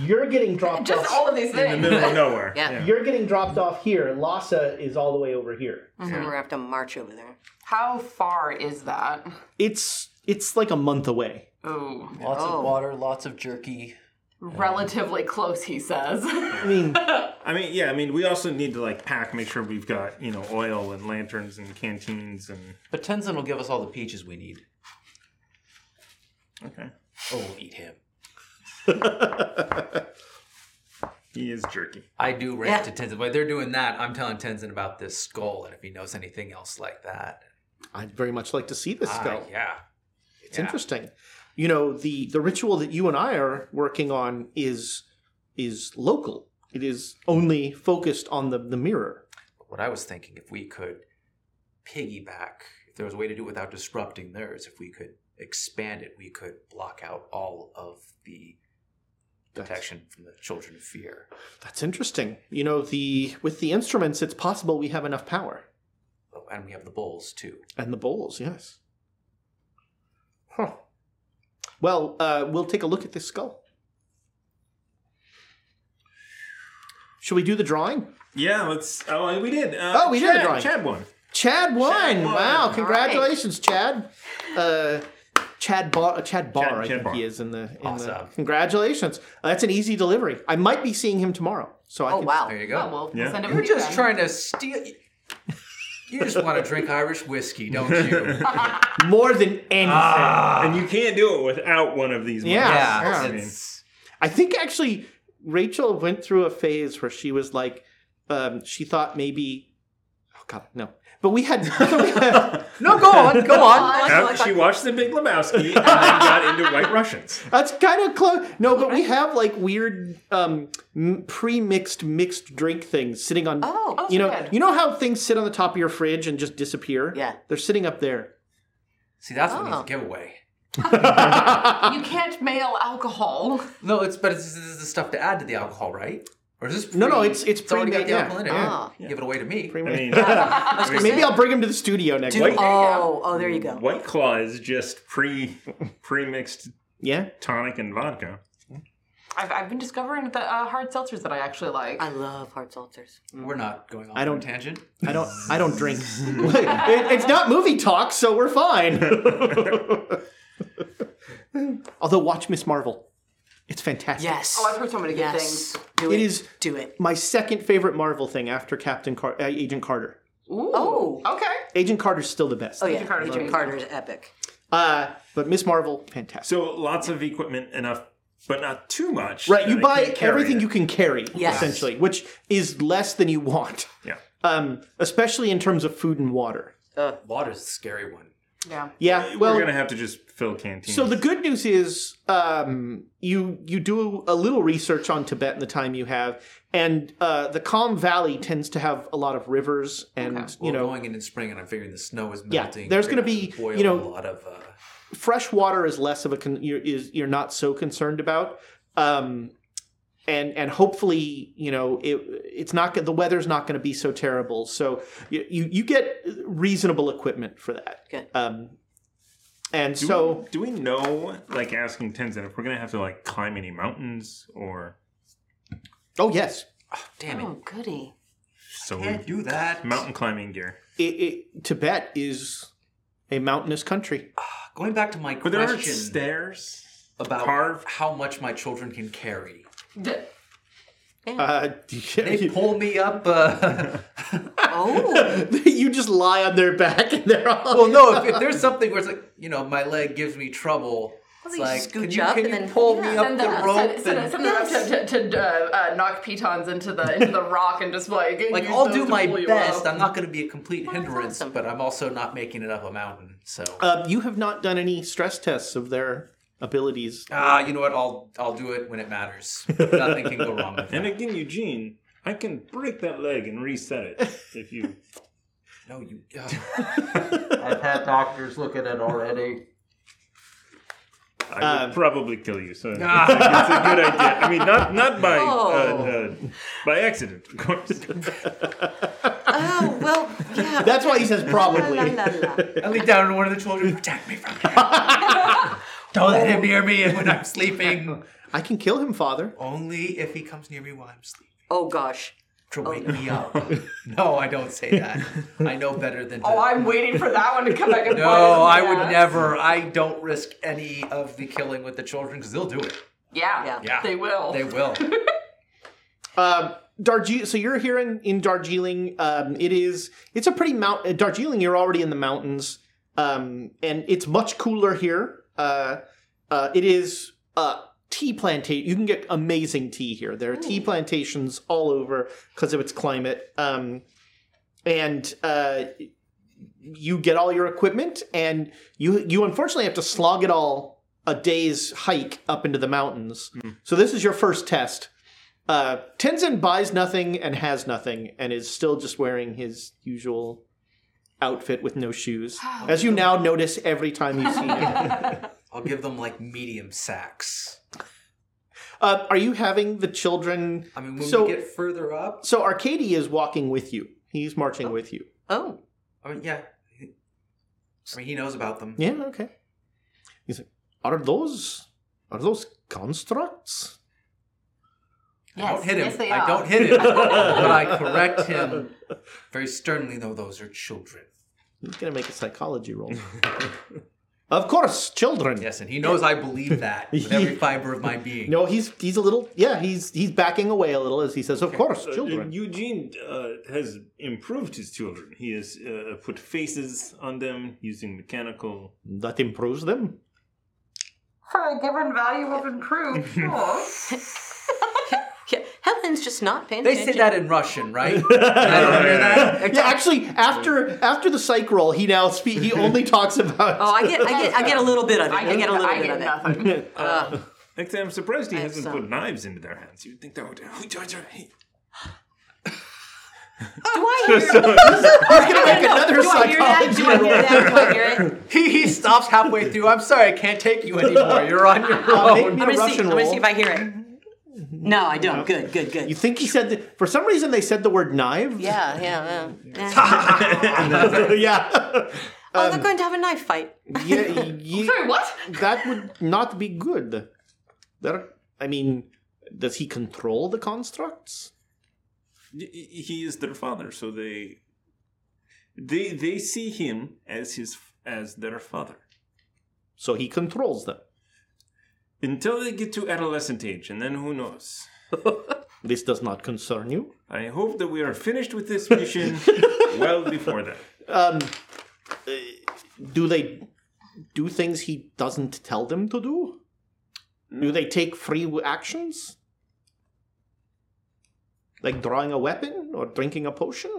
S6: you're getting dropped
S7: just
S6: off.
S7: all of these things.
S1: In the middle of nowhere.
S10: Yeah.
S6: You're getting dropped off here. Lhasa is all the way over here.
S10: So
S7: Mm-hmm.
S10: we're gonna have to march over there.
S7: How far is that?
S6: It's it's like a month away.
S7: Ooh,
S12: Lots of water, lots of jerky.
S7: relatively close, he says.
S6: I mean,
S1: I mean, yeah, I mean, we also need to like pack, make sure we've got, you know, oil and lanterns and canteens and.
S12: But Tenzin will give us all the peaches we need.
S1: Okay.
S12: Oh, we'll eat him.
S1: He is jerky.
S12: I do rant to Tenzin. While they're doing that, I'm telling Tenzin about this skull and if he knows anything else like that.
S6: I'd very much like to see this
S12: Ah,
S6: skull.
S12: yeah.
S6: It's interesting. You know, the the ritual that you and I are working on is is local. It is only focused on the the mirror.
S12: What I was thinking, if we could piggyback, if there was a way to do it without disrupting theirs, if we could expand it, we could block out all of the protection from the children of fear.
S6: That's interesting. You know, the with the instruments, it's possible we have enough power.
S12: Oh, And we have the bowls too.
S6: And the bowls, yes. Huh. Well, uh, we'll take a look at this skull. Should we do the drawing?
S1: Yeah, let's. Oh, we did. Uh,
S6: Oh, we did a
S1: Chad-
S6: drawing.
S1: Chad won.
S6: Chad won!
S1: won.
S6: Wow! Congratulations, Chad. Uh, Chad Bar, uh, Chad Barr, I
S1: Chad
S6: think
S1: Barr.
S6: he is in the. In
S12: Awesome.
S6: the congratulations! Uh, that's an easy delivery. I might be seeing him tomorrow, so I
S10: Oh
S6: can,
S10: wow.
S12: There you go.
S7: Oh, we'll,
S1: Yeah.
S7: we'll send it
S12: You're
S7: to you
S12: just
S7: then.
S12: trying to steal. You just want to drink Irish whiskey, don't you?
S6: more than anything.
S1: And you can't do it without one of these.
S6: Yeah.
S1: ones.
S12: yeah,
S6: Yeah.
S12: it's-
S6: I think actually Rachel went through a phase where she was like, um, she thought maybe, oh god, no. But we had,
S10: No, go on, go on.
S1: Uh, she watched The Big Lebowski and then got into White Russians.
S6: that's kind of close. No, but we have like weird um, m- pre-mixed mixed drink things sitting on.
S10: Oh,
S6: you know,
S7: good.
S6: you know how things sit on the top of your fridge and just disappear.
S10: Yeah.
S6: they're sitting up there.
S12: See, that's what needs
S10: Oh.
S12: a giveaway.
S7: You can't mail alcohol.
S12: No, it's but it's, this is the stuff to add to the alcohol, right? Or is this
S6: No, no,
S12: pre-
S6: it's- it's
S12: already got
S6: pre-made,
S12: the
S6: yeah,
S12: alcohol in it.
S10: yeah.
S12: Give it away to me.
S1: I mean,
S6: Maybe I'll bring him to the studio next week.
S10: Oh, oh, there you go.
S1: White Claw is just pre pre mixed
S6: Yeah,
S1: tonic and vodka.
S7: I've, I've been discovering the uh, hard seltzers that I actually like.
S10: I love hard seltzers.
S12: We're not going on
S6: I
S12: I
S6: don't-
S12: don't, tangent.
S6: I don't, I don't drink. It- it's not movie talk, so we're fine. Although, watch Miss Marvel. It's fantastic.
S10: Yes.
S7: oh, I've heard so many good things.
S10: yes. Do it.
S6: It is
S10: Do it.
S6: my second favorite Marvel thing after Captain Car- uh, Agent Carter.
S7: Ooh.
S10: Oh.
S7: Okay.
S6: Agent Carter's still the best.
S10: Oh yeah.
S7: Carter's
S10: Agent
S7: great.
S10: Carter's epic.
S6: Uh, but Miss Marvel, fantastic.
S1: So lots of equipment, enough, but not too much.
S6: right,
S1: that
S6: you
S1: I
S6: buy
S1: can't carry
S6: everything
S1: it.
S6: you can carry,
S10: Yes.
S6: essentially, which is less than you want,
S1: Yeah.
S6: um, especially in terms of food and water.
S12: Water's a scary one.
S7: Yeah.
S6: Yeah, well,
S1: We're gonna have to just fill canteens.
S6: So the good news is, um, you you do a little research on Tibet in the time you have, and uh, the Calm Valley tends to have a lot of rivers, and you
S12: We're
S6: know,
S12: going in in spring, and I'm figuring the snow is
S6: Yeah,
S12: melting.
S6: there's
S12: We're
S6: gonna be,
S12: boil
S6: you know-
S12: a lot of. Uh,
S6: fresh water is less of a con- you're, is you're not so concerned about. Um, and and hopefully you know it it's not go- the weather's not going to be so terrible. So you, you you get reasonable equipment for that.
S10: Good.
S6: Um, and
S1: Do
S6: so
S1: we, do we know, like asking Tenzin, if we're gonna have to like climb any mountains or?
S6: Oh yes.
S9: Damn
S7: Oh, goody.
S1: So
S9: Can't do that.
S1: Mountain climbing gear.
S6: it, it, Tibet is a mountainous country.
S9: Going back to my
S1: But there
S9: question
S1: aren't stairs
S9: about
S1: carved?
S9: how much my children can carry.
S6: Uh,
S9: They pull me up. Uh,
S10: Oh,
S6: you just lie on their back and they're all.
S9: well, no, if, if there's something where it's like, you know, my leg gives me trouble.
S10: Well,
S9: It's
S10: you
S9: like,
S10: scooch
S9: can you,
S10: up
S9: can
S10: and
S9: you
S10: then-
S9: pull
S10: yeah.
S9: me
S10: Send
S9: up
S7: Send them
S9: the
S7: up,
S9: rope?
S7: send, send,
S9: and-
S7: send them up to, to, to uh, uh, knock pitons into the into the rock and just like
S9: like
S7: use
S9: I'll
S7: those
S9: do
S7: to
S9: my
S7: pull you
S9: best.
S7: up.
S9: I'm not going to be a complete hindrance, but I'm also not making it up a mountain. So
S6: Uh, you have not done any stress tests of their abilities.
S9: ah, you know what? I'll I'll do it when it matters. Nothing can go wrong with
S1: And
S9: that.
S1: again, Eugene, I can break that leg and reset it if you.
S9: No, you. I've had doctors look at it already.
S1: I
S9: Um,
S1: would probably kill you. So it's, a, good idea. I mean, not not by
S9: Oh.
S1: uh, uh, by accident, of course.
S10: Oh, well, yeah.
S6: That's why he says
S10: La,
S6: probably.
S10: la, la, la.
S9: I lean down and one of the children protect me from it. Don't let him near me when I'm sleeping.
S6: I can kill him, father.
S9: Only if he comes near me while I'm sleeping.
S10: Oh, gosh.
S9: To wake me up. Oh. No, I don't say that. I know better than to.
S7: Oh, I'm waiting for that one to come back and bite us in
S9: no,
S7: the
S9: I would
S7: ass.
S9: never. I don't risk any of the killing with the children because they'll do it.
S7: Yeah,
S10: Yeah.
S9: Yeah.
S7: they will.
S9: They will.
S6: Um, Darje- so you're here in, in Darjeeling. Um, it is. It's a pretty mount. uh, Darjeeling, you're already in the mountains, um, and it's much cooler here. Uh, uh, it is uh, tea plantation. You can get amazing tea here. There are tea plantations all over because of its climate. Um, and uh, you get all your equipment, and you you unfortunately have to slog it all a day's hike up into the mountains. So this is your first test. Uh, Tenzin buys nothing and has nothing, and is still just wearing his usual outfit with no shoes, as you now notice every time you see him.
S9: I'll give them like medium sacks.
S6: uh, are you having the children?
S9: I mean, when
S6: So-
S9: we get further up,
S6: So Arcady is walking with you. He's marching with you.
S10: Oh,
S9: I mean, yeah. I mean, he knows about them.
S6: Yeah. Okay. He's like, are those are those constructs?
S9: I
S7: Yes,
S9: don't hit him.
S7: yes, they
S9: I
S7: are.
S9: don't hit him. but I correct him very sternly, though those are children.
S6: He's gonna make a psychology roll. of course, children.
S9: Yes, and he knows I believe that with every fiber of my being.
S6: No, he's he's a little yeah. He's he's backing away a little as he says, of course,
S1: Uh,
S6: children.
S1: Eugene uh, has improved his children. He has uh, put faces on them using mechanical.
S6: that improves them.
S7: For a given value of improved, sure.
S10: yeah. Helen's just not paying
S9: They say
S10: attention.
S9: that in Russian, right? Did I don't hear that.
S6: Yeah, actually, after after the psych roll, he now speak. He only talks about.
S10: Oh, I get, I get, I get a little bit of it. I,
S7: I
S10: get a little
S7: I
S10: bit
S7: get
S10: of it.
S7: nothing.
S1: Actually, I'm surprised he hasn't
S10: saw-
S1: put knives into their hands. You'd think that would. Oh, George, hey.
S10: Do I hear?
S6: he's gonna make another
S10: Do I hear that?
S6: psychology
S10: Do I
S6: roll.
S10: hear that? Do I hear it?
S9: He, he stops
S6: Oh.
S9: halfway through. I'm sorry, I can't take you anymore. You're on your
S6: Uh, make
S9: own.
S6: me
S10: I'm
S6: a
S10: gonna see.
S6: Russian
S10: I'm gonna
S6: roll.
S10: see if I hear it. No, I don't. Good, good, good.
S6: You think he said that? For some reason, they said the word knives.
S10: Yeah, yeah, yeah.
S6: yeah.
S10: oh, they're going to have a knife fight.
S6: yeah, ye-
S7: Sorry, what?
S6: that would not be good. There, I mean, does he control the constructs?
S1: Y- y- He is their father, so they they they see him as his as their father
S6: So he controls them.
S1: until they get to adolescent age, and then who knows?
S6: This does not concern you.
S1: I hope that we are finished with this mission well before that.
S6: Do they do things he doesn't tell them to do? Do they take free w- actions? Like drawing a weapon or drinking a potion?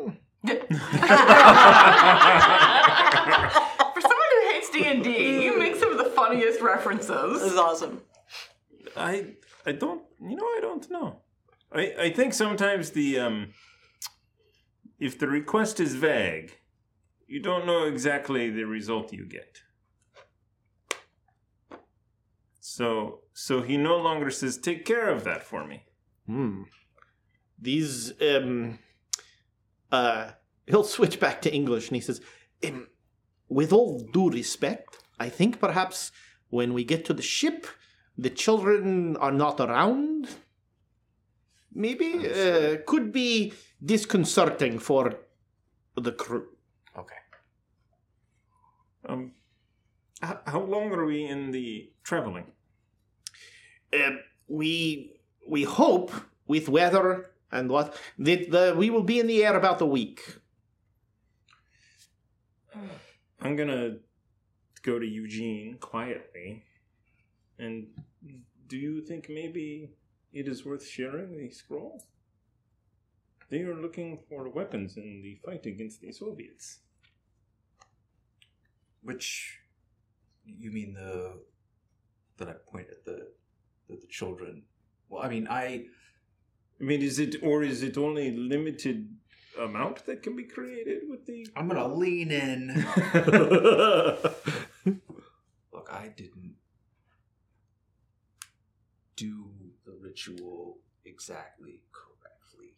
S7: For someone who hates D and D, you make some of the funniest
S10: This
S7: references.
S10: is awesome.
S1: I I don't you know I don't know. I I think sometimes the um if the request is vague, you don't know exactly the result you get. So so he no longer says take care of that for me.
S6: Hmm. These um uh he'll switch back to English and he says, um, with all due respect, I think perhaps when we get to the ship, the children are not around. Maybe uh, could be disconcerting for the crew.
S9: Okay.
S1: Um, how, how long are we in the traveling?
S6: Um, we we hope with weather and what that the, we will be in the air about a week.
S1: I'm gonna go to Eugene quietly. And do you think maybe it is worth sharing the scroll? They are looking for weapons in the fight against the Soviets.
S9: Which you mean the that I point at the the, the children? Well, I mean I
S1: I mean, is it or is it only limited amount that can be created with the?
S9: I'm gonna lean in. Look, I didn't do the ritual exactly correctly.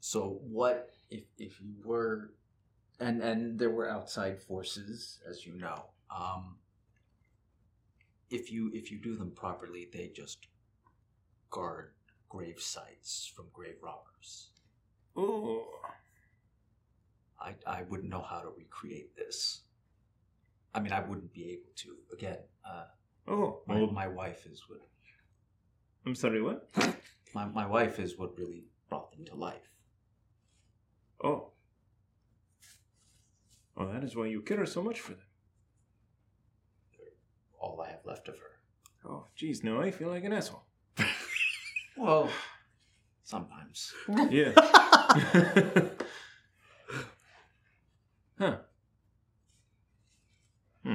S9: so what if if you were and and there were outside forces, as you know. Um if you if you do them properly, they just guard grave sites from grave robbers.
S1: Oh,
S9: I, I wouldn't know how to recreate this. I mean, I wouldn't be able to. Again, uh,
S1: oh,
S9: my,
S1: well,
S9: my wife is what
S1: I'm sorry. What?
S9: my, my wife is what really brought them to life.
S1: Oh, oh, that is why you care so much for them.
S9: All I have left of her.
S1: Oh, geez, now I feel like an asshole.
S9: Well, sometimes.
S1: Yeah. huh. Hmm.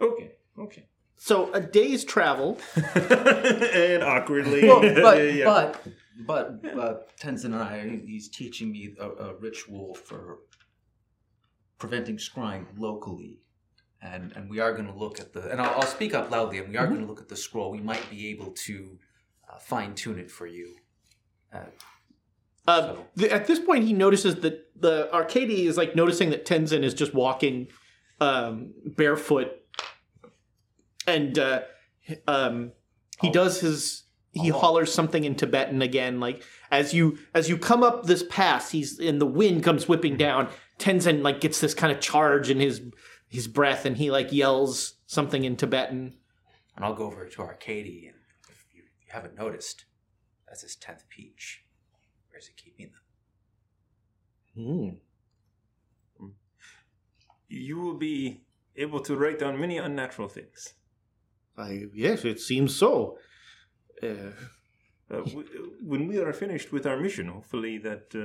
S1: Okay. Okay.
S6: So a day's travel.
S1: and awkwardly.
S9: well, but,
S1: yeah.
S9: but but uh, Tenzin and I, he's teaching me a, a ritual for preventing scrying locally, and and we are going to look at the and I'll, I'll speak up loudly, and we
S1: Mm-hmm.
S9: are going to look at the scroll. We might be able to uh, fine tune it for you. Uh,
S6: Uh, th- at this point, he notices that the Arcady is like noticing that Tenzin is just walking um, barefoot, and uh, h- um, he does his he hollers something in Tibetan again. Like as you as you come up this pass, he's and the wind comes whipping down. Tenzin like gets this kind of charge in his his breath, and he like yells something in Tibetan.
S9: and I'll go over to Arcady, and if you, if you haven't noticed, that's his tenth peach. Where's he keeping them?
S6: Hmm.
S1: you will be able to write down many unnatural things.
S6: I, yes, it seems so. Uh,
S1: Uh, w- when we are finished with our mission, hopefully that uh,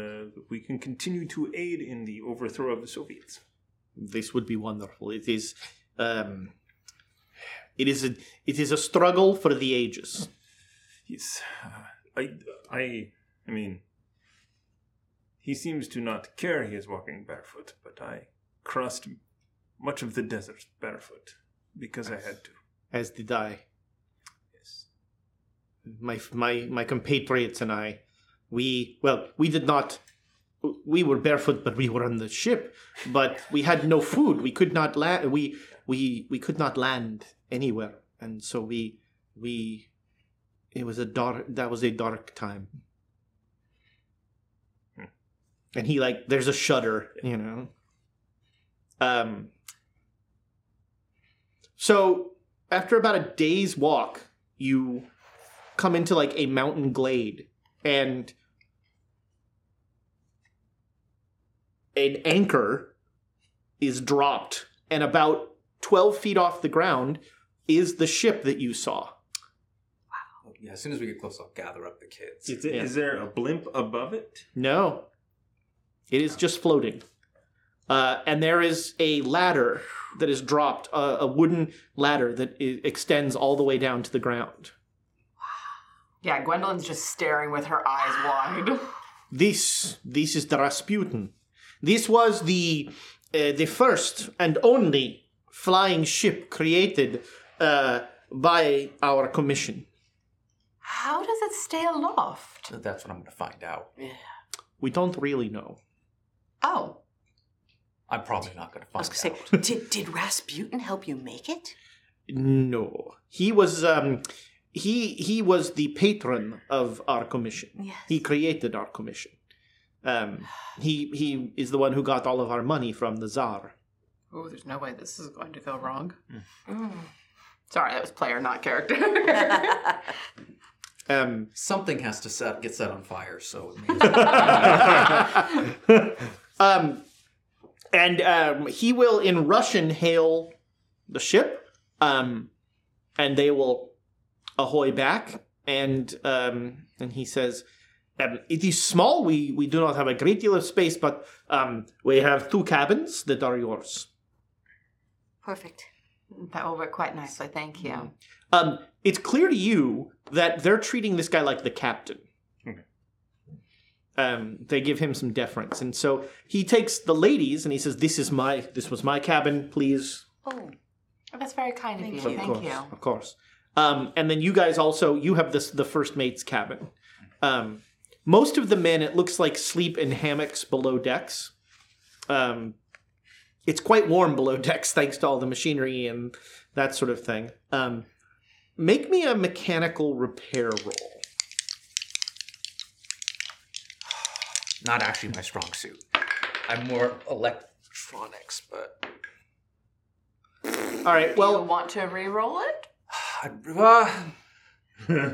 S1: we can continue to aid in the overthrow of the Soviets.
S6: this would be wonderful. It is, um, it is a it is a struggle for the ages.
S1: Yes, uh, I, I, I mean, he seems to not care he is walking barefoot, but I crossed much of the desert barefoot because I had to.
S6: As did I. My my my compatriots and I, we well we did not. We were barefoot, but we were on the ship. But we had no food. We could not land. We we we could not land anywhere, and so we we. It was a dark. That was a dark time. And he like there's a shudder, you know. Um. So after about a day's walk, you come into like a mountain glade and an anchor is dropped and about 12 feet off the ground is the ship that you saw
S9: Oh, Yeah, as soon as we get close, I'll gather up the kids.
S1: Is, it,
S6: Yeah.
S1: is there a blimp above it?
S6: no it is just floating uh, and there is a ladder that is dropped a, a wooden ladder that i extends all the way down to the ground
S7: Yeah, Gwendolyn's just staring with her eyes wide.
S6: This, this is the Rasputin. This was the uh, the first and only flying ship created uh, by our commission.
S7: How does it stay aloft?
S6: That's what I'm going to find out.
S7: Yeah.
S6: We don't really know.
S7: Oh.
S6: I'm probably not going to
S10: I
S6: find
S10: was
S6: out.
S10: gonna say, did did Rasputin help you make it?
S6: No, he was um, he he was the patron of our commission.
S10: Yes.
S6: He created our commission. Um, he he is the one who got all of our money from the czar.
S7: Oh, there's no way this is going to go wrong.
S6: Mm.
S7: Sorry, that was player, not character.
S6: Um,
S9: Something has to set, get set on fire, so it
S6: um, and um, he will in Russian hail the ship, um, and they will ahoy back. And um, and he says, um, "It is small. We we do not have a great deal of space, but um, we have two cabins that are yours.
S10: Perfect.
S7: That will work quite nicely, thank you.
S6: Um, it's clear to you that they're treating this guy like the captain." um, they give him some deference, and so he takes the ladies and he says, "This is my, this was my cabin. Please,
S7: Oh, that's very kind of you.
S6: of
S7: Thank
S6: course,
S7: you.
S6: of course." Um, and then you guys also, you have this the first mate's cabin. Um, most of the men, it looks like, sleep in hammocks below decks. Um, it's quite warm below decks thanks to all the machinery and that sort of thing. Um, make me a mechanical repair roll.
S9: Not actually my strong suit. I'm more electronics, but
S6: All right.
S7: Well, you want to re-roll it?
S9: Ah.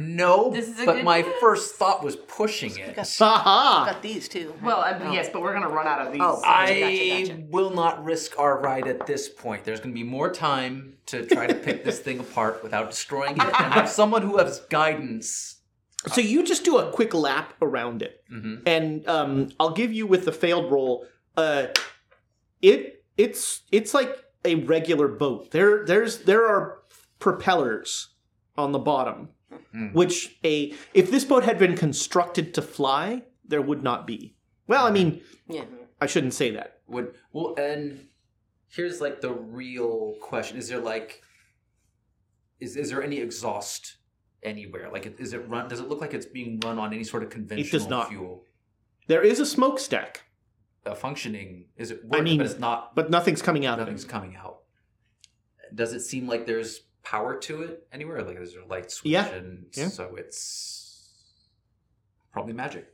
S9: no.
S7: This is a
S9: but
S7: good
S9: my
S7: guess.
S9: first thought was pushing it.
S7: Got
S10: these too.
S7: Well, I, yes, but we're gonna run out of these. Ah,
S9: I will not risk our ride at this point. There's going to be more time to try to pick this thing apart without destroying it. And I have someone who has guidance.
S6: So you just do a quick lap around it, and um, I'll give you with the failed roll. Uh, it it's it's like a regular boat. There there's there are propellers on the bottom, which a if this boat had been constructed to fly, there would not be. Well, I mean,
S10: Yeah.
S6: I shouldn't say that.
S9: Would well, and here's like the real question: Is there like, is is there any exhaust anywhere? Like, is it run? Does it look like it's being run on any sort of conventional
S6: not.
S9: fuel?
S6: There is a smokestack.
S9: A functioning is it?
S6: I
S9: Working,
S6: mean,
S9: but it's not.
S6: But nothing's coming out.
S9: Nothing's coming out. Does it seem like there's power to it anywhere? Like, is there a light switch?
S6: Yeah.
S9: And
S6: Yeah.
S9: so it's probably magic.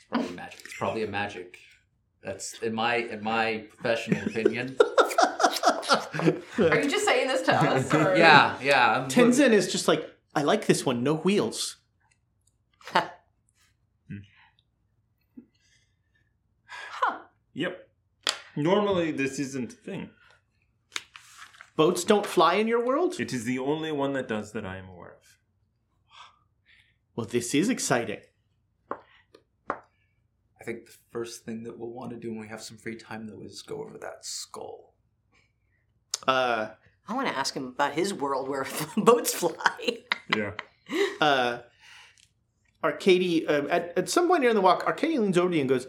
S9: It's probably magic. It's probably a magic. That's in my in my professional opinion.
S7: Are you just saying this to us? Or?
S9: yeah, yeah. I'm
S6: Tenzin is just like I like this one. No wheels.
S1: Yep. Normally, this isn't a thing.
S6: Boats don't fly in your world?
S1: It is the only one that does that I am aware of.
S6: Well, this is exciting.
S9: I think the first thing that we'll want to do when we have some free time, though, is go over that skull.
S6: Uh,
S10: I want to ask him about his world where boats fly.
S1: Yeah.
S6: uh, Arcady, uh, at, at some point during the walk, Arcady leans over to you and goes,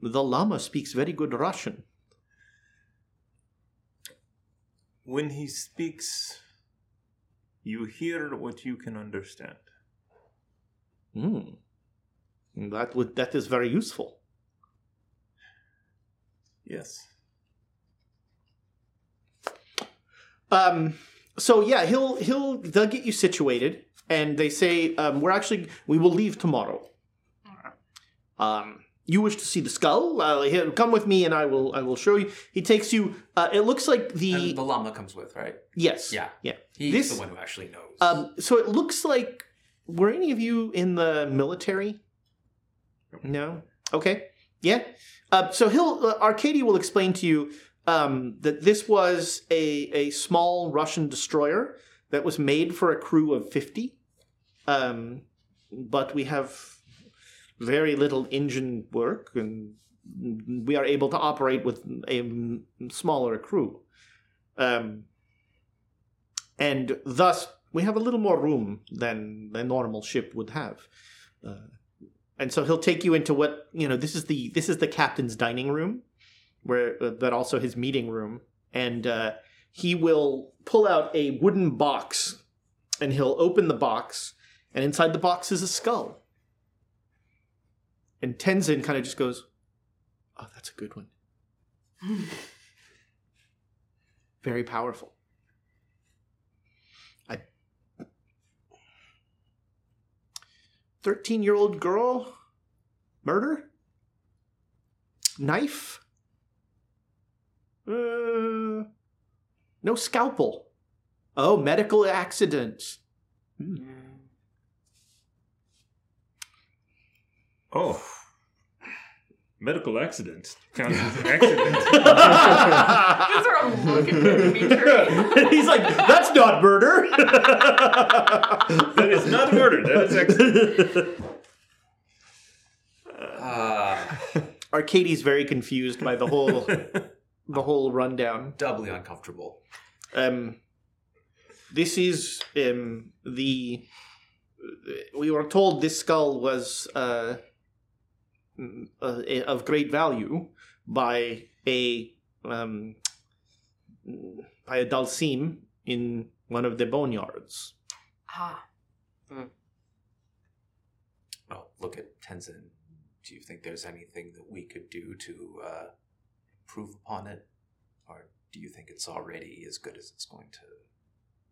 S6: The llama speaks very good Russian.
S1: When he speaks, you hear what you can understand.
S6: Hmm. That, would, that is very useful.
S1: Yes.
S6: Um, so yeah, he'll he'll they'll get you situated, and they say um, we're actually we will leave tomorrow. Um, you wish to see the skull? Uh, here, come with me, and I will I will show you. He takes you. Uh, it looks like the
S9: And the llama comes with, right?
S6: yes
S9: Yeah.
S6: yeah
S9: He's
S6: This-
S9: the one who actually knows.
S6: Um, so it looks like were any of you in the military? No. Okay. Yeah. Uh, so he'll uh, Arcady will explain to you um, that this was a a small Russian destroyer that was made for a crew of fifty, um, but we have very little engine work and we are able to operate with a m- smaller crew. Um, and thus we have a little more room than a normal ship would have. Uh, and so he'll take you into what you know. This is the this is the captain's dining room, where uh, but also his meeting room, and uh, he will pull out a wooden box and he'll open the box, and inside the box is a skull. And Tenzin kind of just goes, Oh, that's a good one. Very powerful. A 13 year old girl? Murder? Knife? Uh, no scalpel. Oh, medical accident.
S1: Oh. Medical accident. Counts as an accident.
S6: He's like, that's not murder.
S1: that is not murder. That is accident.
S9: Uh,
S6: Arcadie's very confused by the whole the whole rundown.
S9: Doubly uncomfortable.
S6: Um, this is um, the. We were told this skull was uh, mm, uh, of great value by a um, by a Dalsim in one of the boneyards.
S7: Ah.
S9: Oh, look at Tenzin. Do you think there's anything that we could do to uh, improve upon it? Or do you think it's already as good as it's going to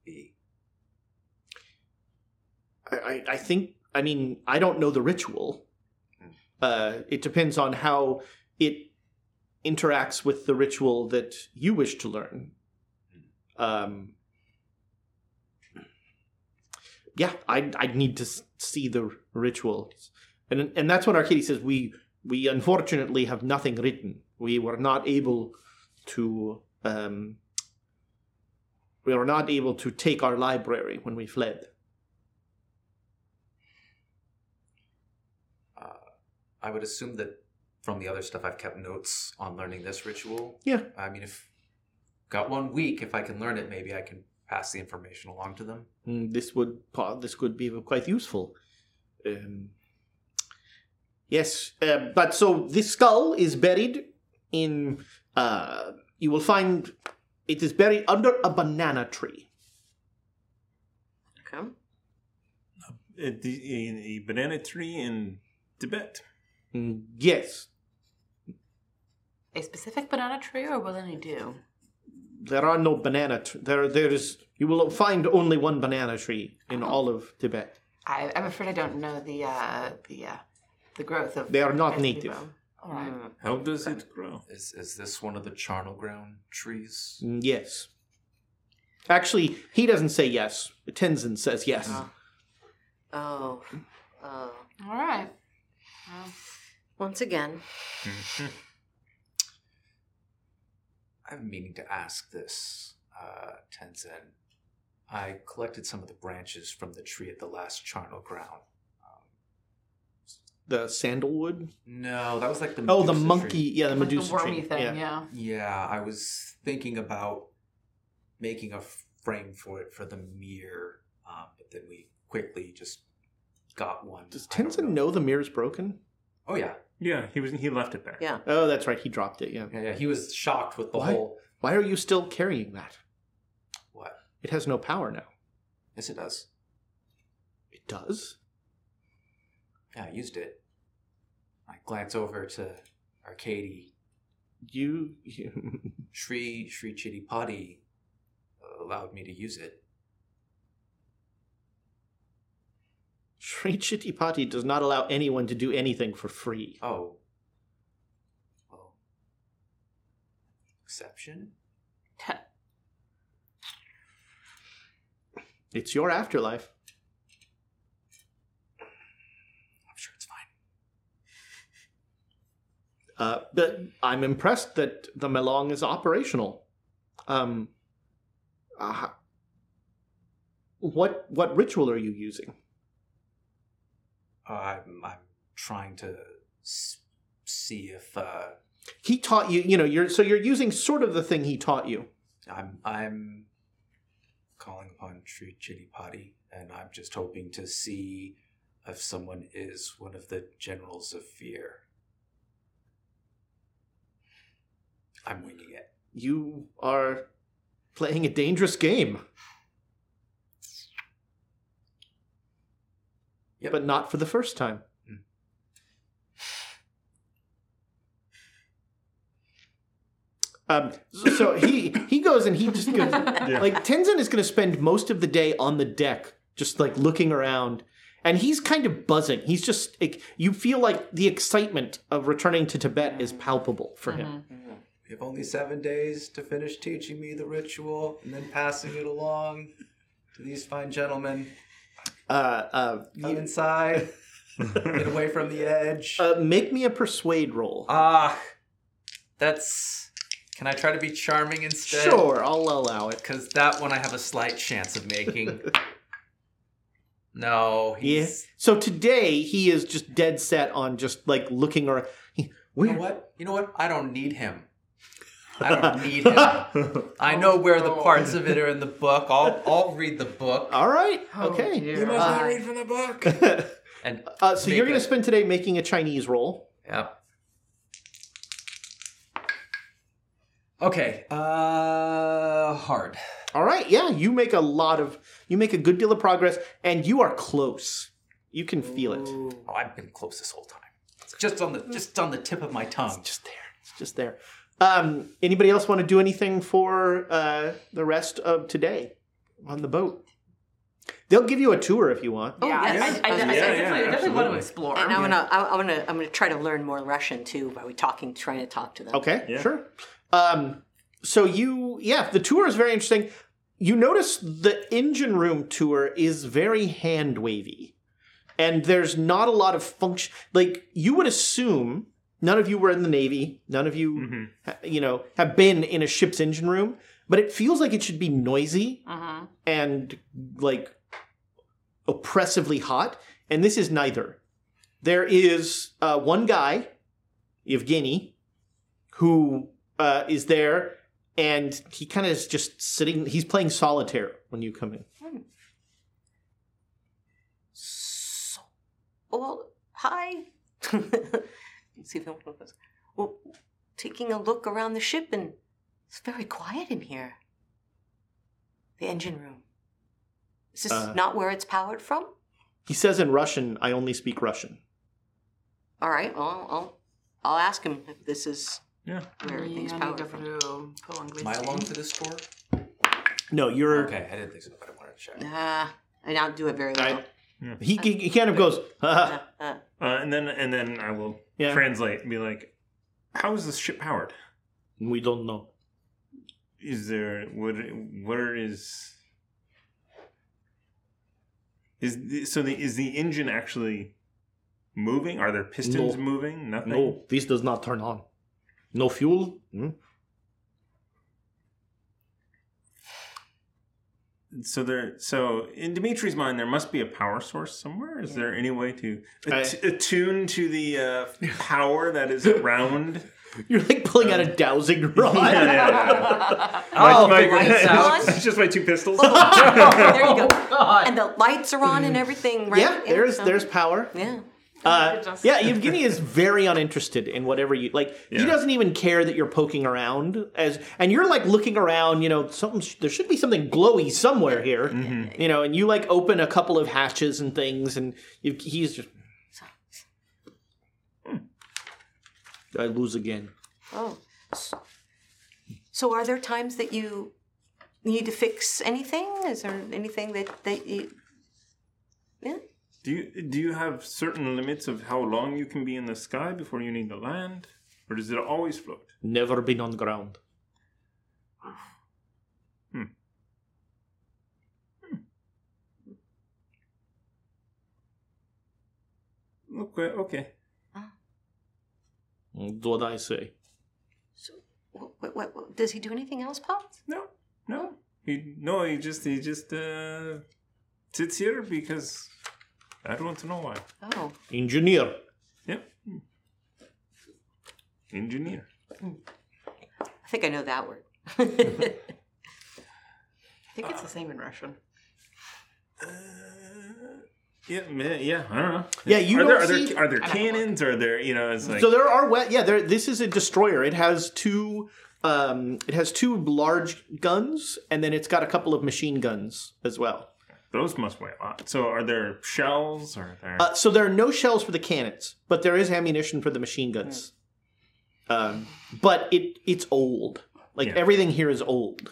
S9: be?
S6: I, I, I think I mean I don't know the ritual. Uh, it depends on how it interacts with the ritual that you wish to learn. Um, yeah, I I need to s- see the ritual, and and that's when Arcady says we we unfortunately have nothing written. We were not able to um, we were not able to take our library when we fled.
S9: I would assume that from the other stuff I've kept notes on learning this ritual.
S6: Yeah.
S9: I mean, if got one week, if I can learn it, maybe I can pass the information along to them.
S6: Mm, this would po- this could be quite useful. Um, yes, uh, but so this skull is buried in. Uh, you will find it is buried under a banana tree.
S10: Okay.
S1: a, the- in a banana tree in Tibet.
S6: Mm, yes,
S7: A specific banana tree, or will any do?
S6: there are no banana. Tr- there, there is. You will find only one banana tree in all of Tibet.
S7: I, I'm afraid I don't know the uh, the uh, the growth of.
S6: They are not
S7: Yes, we
S6: native.
S7: will. All right.
S1: How does it grow?
S9: Is is this one of the charnel ground trees?
S6: Mm, Yes. Actually, he doesn't say yes. Tenzin says yes.
S10: Oh. Uh,
S7: All right.
S10: once again.
S9: I've been meaning to ask this, uh, Tenzin. I collected some of the branches from the tree at the last charnel ground.
S6: The sandalwood.
S9: No, that was like the
S6: Oh, the
S9: Medusa
S6: monkey.
S9: tree.
S6: Yeah, the
S7: Like
S6: Medusa
S7: the wormy
S6: tree.
S7: thing, yeah.
S9: Yeah, I was thinking about making a f- frame for it for the mirror, um, but then we quickly just got one.
S6: Does
S9: I don't
S6: Tenzin know the mirror's broken?
S9: Oh yeah,
S1: Yeah, he was he left it there.
S10: Yeah.
S6: Oh, that's right. He dropped it. Yeah.
S9: yeah, yeah. He was shocked with the
S6: Why?
S9: whole
S6: Why are you still carrying that?
S9: what?
S6: It has no power now.
S9: Yes, it does.
S6: It does.
S9: Yeah, I used it. I glance over to Arcady.
S6: You. you-
S9: Shri Shri Chittipati allowed me to use it.
S6: Sri Chittipati does not allow anyone to do anything for free.
S9: Oh. Well. Exception?
S6: It's your afterlife.
S9: I'm sure it's fine.
S6: Uh, but I'm impressed that the Melong is operational. Um, uh, what what ritual are you using?
S9: I'm, I'm trying to s- see if uh,
S6: He taught you, you know, you're so you're using sort of the thing he taught you.
S9: I'm I'm calling upon Shri Chittipati, and I'm just hoping to see if someone is one of the generals of fear. I'm winging it.
S6: You are Playing a dangerous game. But not for the first time. Um, so, so he he goes and he just goes like Tenzin is going to spend most of the day on the deck, just like looking around, and he's kind of buzzing. He's just like you feel like the excitement of returning to Tibet is palpable for him.
S9: We have only seven days to finish teaching me the ritual and then passing it along to these fine gentlemen.
S6: Uh, uh,
S9: Come inside. Get away from the edge.
S6: Uh, make me a persuade roll.
S9: Ah, that's. Can I try to be charming instead?
S6: Sure, I'll allow it.
S9: Because that one I have a slight chance of making. no,
S6: Yeah.
S9: he's.
S6: So today he is just dead set on just like looking around. He,
S9: You know what? You know what? I don't need him. I don't need him. I know where the parts of it are in the book. I'll I'll read the book.
S6: All right. okay.
S9: You must not read from the book. and
S6: Uh, so you're going to spend today making a Chinese roll.
S9: yeah. Okay. Uh, hard.
S6: All right. Yeah, you make a lot of you make a good deal of progress, and you are close. You can feel it.
S9: Oh, I've been close this whole time. It's just on the just on the tip of my tongue. just there.
S6: It's just there. Um, anybody else want to do anything for uh, the rest of today on the boat? They'll give you a tour if you want.
S7: yeah, I- I, I, I, I definitely, I definitely want to explore.
S10: And I want to. I want to. I'm going to try to learn more Russian too by talking, trying to talk to them.
S6: Okay, sure. Um, so you, yeah, the tour is very interesting. You notice the engine room tour is very hand wavy, and there's not a lot of function. Like you would assume, none of you were in the navy, none of you, ha- you know, have been in a ship's engine room, but it feels like it should be noisy
S10: Uh-huh.
S7: Mm-hmm.
S6: and like oppressively hot, and this is neither. There is uh, one guy, Evgeny, who uh, is there, and he kind of is just sitting. He's playing solitaire when you come in.
S10: Hmm. Well, hi. See if anyone goes. Well, taking a look around the ship, and it's very quiet in here. The engine room. Is this
S6: Uh.
S10: not where it's powered from?
S6: He says in Russian, "I only speak Russian."
S10: All right. Well, I'll, I'll ask him if this is
S1: Yeah.
S10: where everything's powered from.
S9: Am I along for this tour?
S6: No, you're
S9: Okay, I didn't think so, but I wanted to check.
S10: Ah, I don't do it very well.
S6: I, he, he he kind of goes, "Ah."
S10: Uh,
S1: Uh, and then and then I will
S6: Yeah.
S1: translate and be like, "How is this ship powered?
S6: "We don't know."
S1: Is there what? Where is? Is the, so the is the engine actually moving? Are there pistons
S6: No.
S1: moving? Nothing.
S6: No, this does not turn on. No fuel. Hmm?
S1: So there. So in Dimitri's mind, there must be a power source somewhere. Is there any way to att- attune to the uh, power that is around?
S6: You're like pulling out a dowsing rod.
S1: Yeah, yeah, yeah.
S10: Oh,
S1: My-
S10: the Oh.
S1: my-
S10: lights on?
S1: it's just my two pistols.
S10: there you go. And the lights are on and everything, right?
S6: Yeah, there's
S10: so-
S6: there's power.
S10: Yeah.
S6: Uh, yeah, Evgeny is very uninterested in whatever you like. He
S1: Yeah.
S6: doesn't even care that you're poking around as, and you're like looking around. You know, something there should be something glowy somewhere here. You know, and you like open a couple of hatches and things, and you, he's just. I lose again.
S10: Oh. S- So are there times that you need to fix anything? Is there anything that that you? Yeah.
S1: Do you do you have certain limits of how long you can be in the sky before you need to land, or does it always float?
S6: Never been on ground.
S1: Okay, okay.
S6: That's what I say.
S10: So, what, what, what does he do anything else, Pop?
S1: No, no, he no, he just he just uh, sits here because I don't want to know why.
S10: Oh.
S6: Engineer.
S1: Yep. Hmm. Engineer.
S10: I think I know that word.
S7: I think it's the same in Russian.
S1: Uh, Yeah, ma- yeah, I don't know.
S6: Yeah, you
S1: are
S6: don't
S1: there, are
S6: see-
S1: there are there cannons? Are there you know? It's like
S6: so there are we- yeah there this is a destroyer it has two Um, it has two large guns, and then it's got a couple of machine guns as well.
S1: Those must weigh a lot. So are there shells? Or are there?
S6: Uh, so there are no shells for the cannons, but there is ammunition for the machine guns. Um, but it it's old. Like
S1: Yeah.
S6: everything here is old.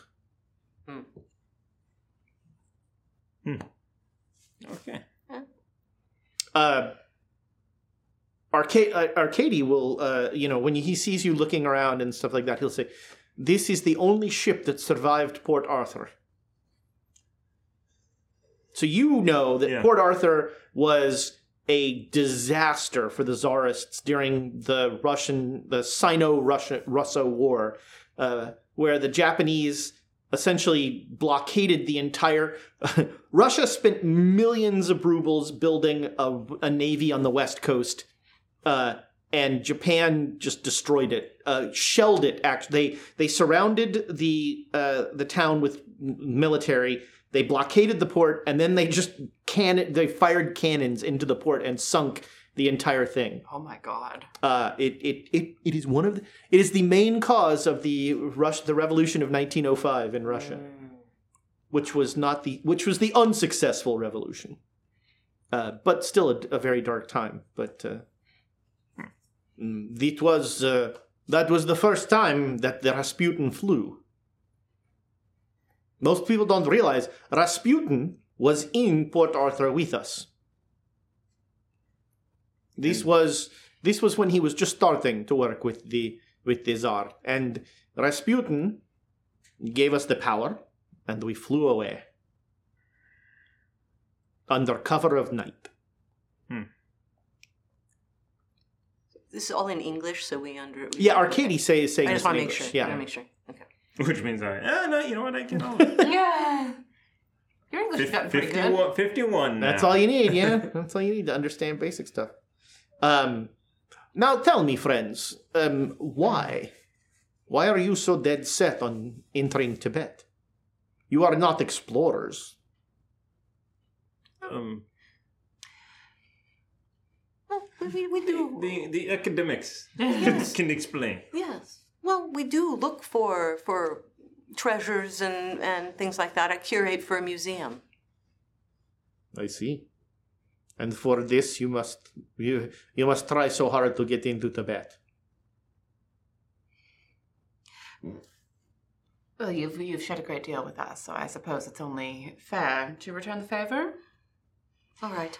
S1: okay.
S6: Uh, Arca- uh, Arcady will, uh, you know, when he sees you looking around and stuff like that, he'll say, "This is the only ship that survived Port Arthur." So you know that Port Arthur was a disaster for the Tsarists during the Russian, the Sino-Russian Russo War, uh, where the Japanese essentially blockaded the entire. Russia spent millions of rubles building a, a navy on the west coast, uh, and Japan just destroyed it, uh, shelled it. Actually, they they surrounded the uh, the town with m- military. They blockaded the port, and then they just cannon. They fired cannons into the port and sunk the entire thing.
S7: Oh my god.
S6: Uh, it, it, it, it is one of the, it is the main cause of the Rush the revolution of 1905 in Russia, which was not the which was the unsuccessful revolution, uh, but still a, a very dark time. But uh, mm, it was uh, that was the first time that the Rasputin flew. Most people don't realize Rasputin was in Port Arthur with us. This was this was when he was just starting to work with the with the Tsar. And Rasputin gave us the power and we flew away. Under cover of night.
S10: This is all in English, so we under. we-
S6: Yeah, Arcady say saying
S10: I
S6: this in
S10: just want to make
S6: English,
S10: sure.
S6: yeah.
S10: I want to make sure. Okay.
S1: Which means I. Eh, no, you know what? I can. all-
S7: yeah. Your English has gotten pretty good.
S1: 51, 51
S6: That's
S1: now.
S6: all you need, yeah. That's all you need to understand basic stuff. Um, now tell me, friends, um, why, why are you so dead set on entering Tibet? You are not explorers.
S1: Um,
S10: Well, we- we, we do.
S1: the the academics
S10: Yes.
S1: can explain.
S10: Yes. Well, we do look for for treasures and and things like that. I curate for a museum.
S6: I see. And for this, you must you, you must try so hard to get into Tibet.
S7: Well, you've, you've shared a great deal with us, so I suppose it's only fair to return the favor.
S10: All right.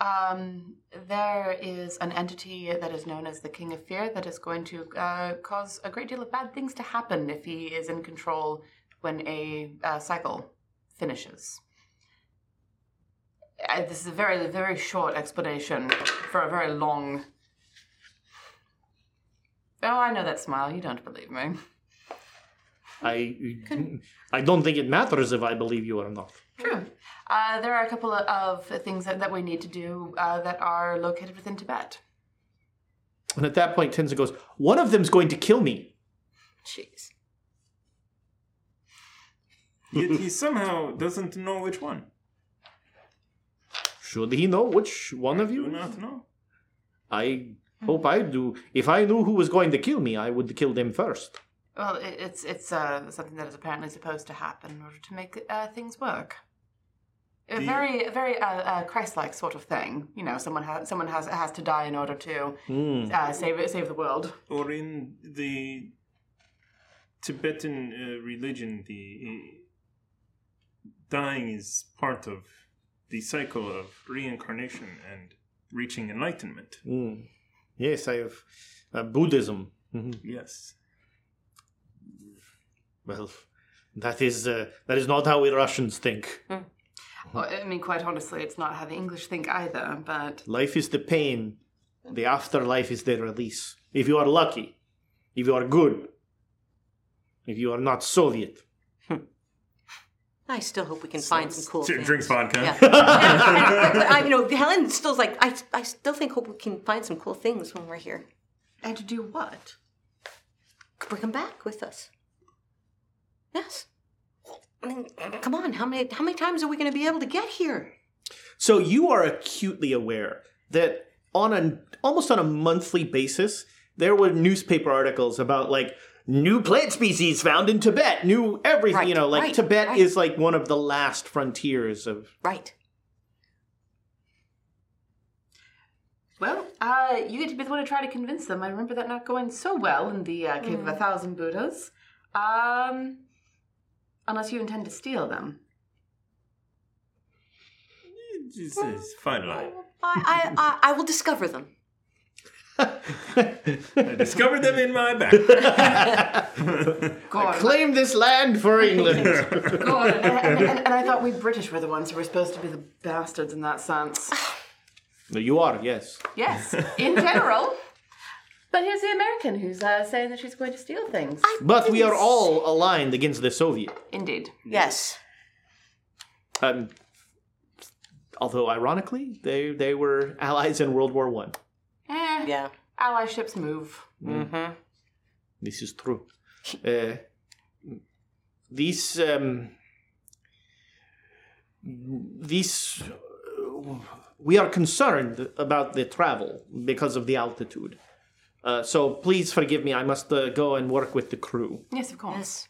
S7: Um, there is an entity that is known as the King of Fear that is going to uh, cause a great deal of bad things to happen if he is in control when a uh, cycle finishes. Uh, this is a very, very short explanation for a very long. Oh, I know that smile. You don't believe me.
S6: I I don't think it matters if I believe you or not.
S7: True. Uh, there are a couple of of things that, that we need to do uh, that are located within Tibet.
S6: And at that point, Tenzin goes, "One of them's going to kill me."
S10: Jeez.
S1: Yet he somehow doesn't know which one.
S6: Should he know which one of you?
S1: Do not know.
S6: I hope I do. If I knew who was going to kill me, I would kill them first.
S7: Well, it, it's it's uh, something that is apparently supposed to happen in order to make uh, things work. A
S1: Do you-
S7: very a very uh, uh, Christ-like sort of thing. You know, someone has someone has has to die in order to
S1: Hmm.
S7: uh, save save the world.
S1: Or in the Tibetan uh, religion, the uh, dying is part of the cycle of reincarnation and reaching enlightenment.
S6: Mm. Yes, I have uh, Buddhism. Mhm.
S1: Yes.
S6: Well, that is uh, that is not how we Russians think.
S7: Well, I mean, quite honestly, it's not how the English think either. But
S6: Life is the pain. The afterlife is the release. If you are lucky, if you are good, if you are not Soviet.
S10: I still hope we can find some cool things.
S1: Drinks vodka.
S10: But I, you know, Helen still's like, I, I still think hope we can find some cool things when we're here.
S7: And to do what?
S10: Bring them back with us. Yes. I mean, come on. How many how many times are we going to be able to get here?
S6: So you are acutely aware that on an almost on a monthly basis, there were newspaper articles about like new plant species found in Tibet, new everything. you
S10: Right,
S6: know, like
S10: right,
S6: Tibet
S10: right.
S6: is like one of the last frontiers of.
S10: Right.
S7: Well, uh, you get to be the one to try to convince them. I remember that not going so well in the uh, Cave of a
S10: Mm.
S7: Thousand Buddhas. Um, unless you intend to steal them.
S1: This is fine line.
S10: I, I, I, I will discover them.
S1: I discovered them in my back.
S7: Gordon.
S6: Claim this land for England.
S7: Gordon. And, and, and I thought we British were the ones who were supposed to be the bastards in that sense.
S6: no, you are, yes.
S7: Yes, in general. But here's the American who's uh, saying that she's going to steal things.
S6: But we are all aligned against the Soviet.
S7: Indeed.
S10: Yes.
S6: Um, although, ironically, they, they were allies in World War One.
S7: Eh,
S10: Yeah.
S7: Ally ships move.
S10: Mm-hmm.
S6: This is true. Uh, these um, these uh, we are concerned about the travel because of the altitude. Uh, so please forgive me. I must uh, go and work with the crew.
S7: Yes, of course.
S10: Yes.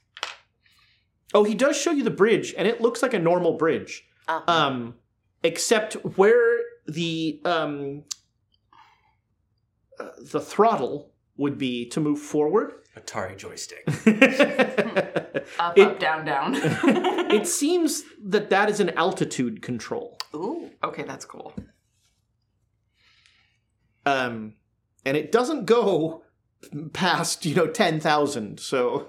S6: Oh, he does show you the bridge, and it looks like a normal bridge.
S10: Uh-huh.
S6: Um, except where the um, uh, the throttle would be to move forward.
S12: Atari joystick.
S7: Up,
S6: It-
S7: up, down, down.
S6: it seems that that is an altitude control.
S10: Ooh.
S7: okay, that's cool.
S6: Um, and it doesn't go past, you know, 10,000. So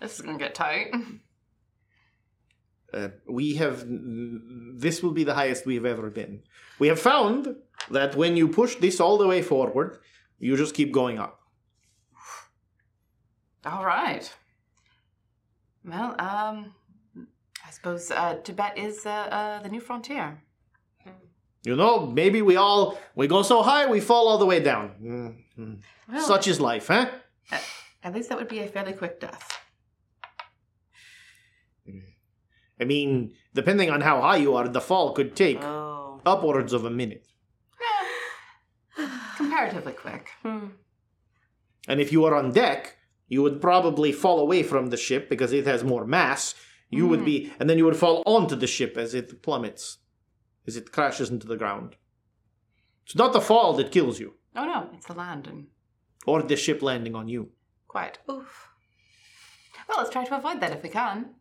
S7: This is gonna get tight.
S6: uh, we have, this will be the highest we have ever been. We have found that when you push this all the way forward, you just keep going up.
S7: All right. Well, um, I suppose uh, Tibet is uh, uh, the new frontier.
S6: You know, maybe we all, we go so high, we fall all the way down. Mhm.
S7: Well,
S6: Such is life, huh?
S7: at least that would be a fairly quick death.
S6: I mean, depending on how high you are, the fall could take
S10: Oh.
S6: upwards of a minute.
S7: Comparatively quick.
S6: And if you were on deck, you would probably fall away from the ship because it has more mass. You would be, and then you would fall onto the ship as it plummets, as it crashes into the ground. It's not the fall that kills you,
S7: Oh no, it's the landing.
S6: or the ship landing on you.
S7: Quite.
S10: Oof.
S7: Well, let's try to avoid that if we can.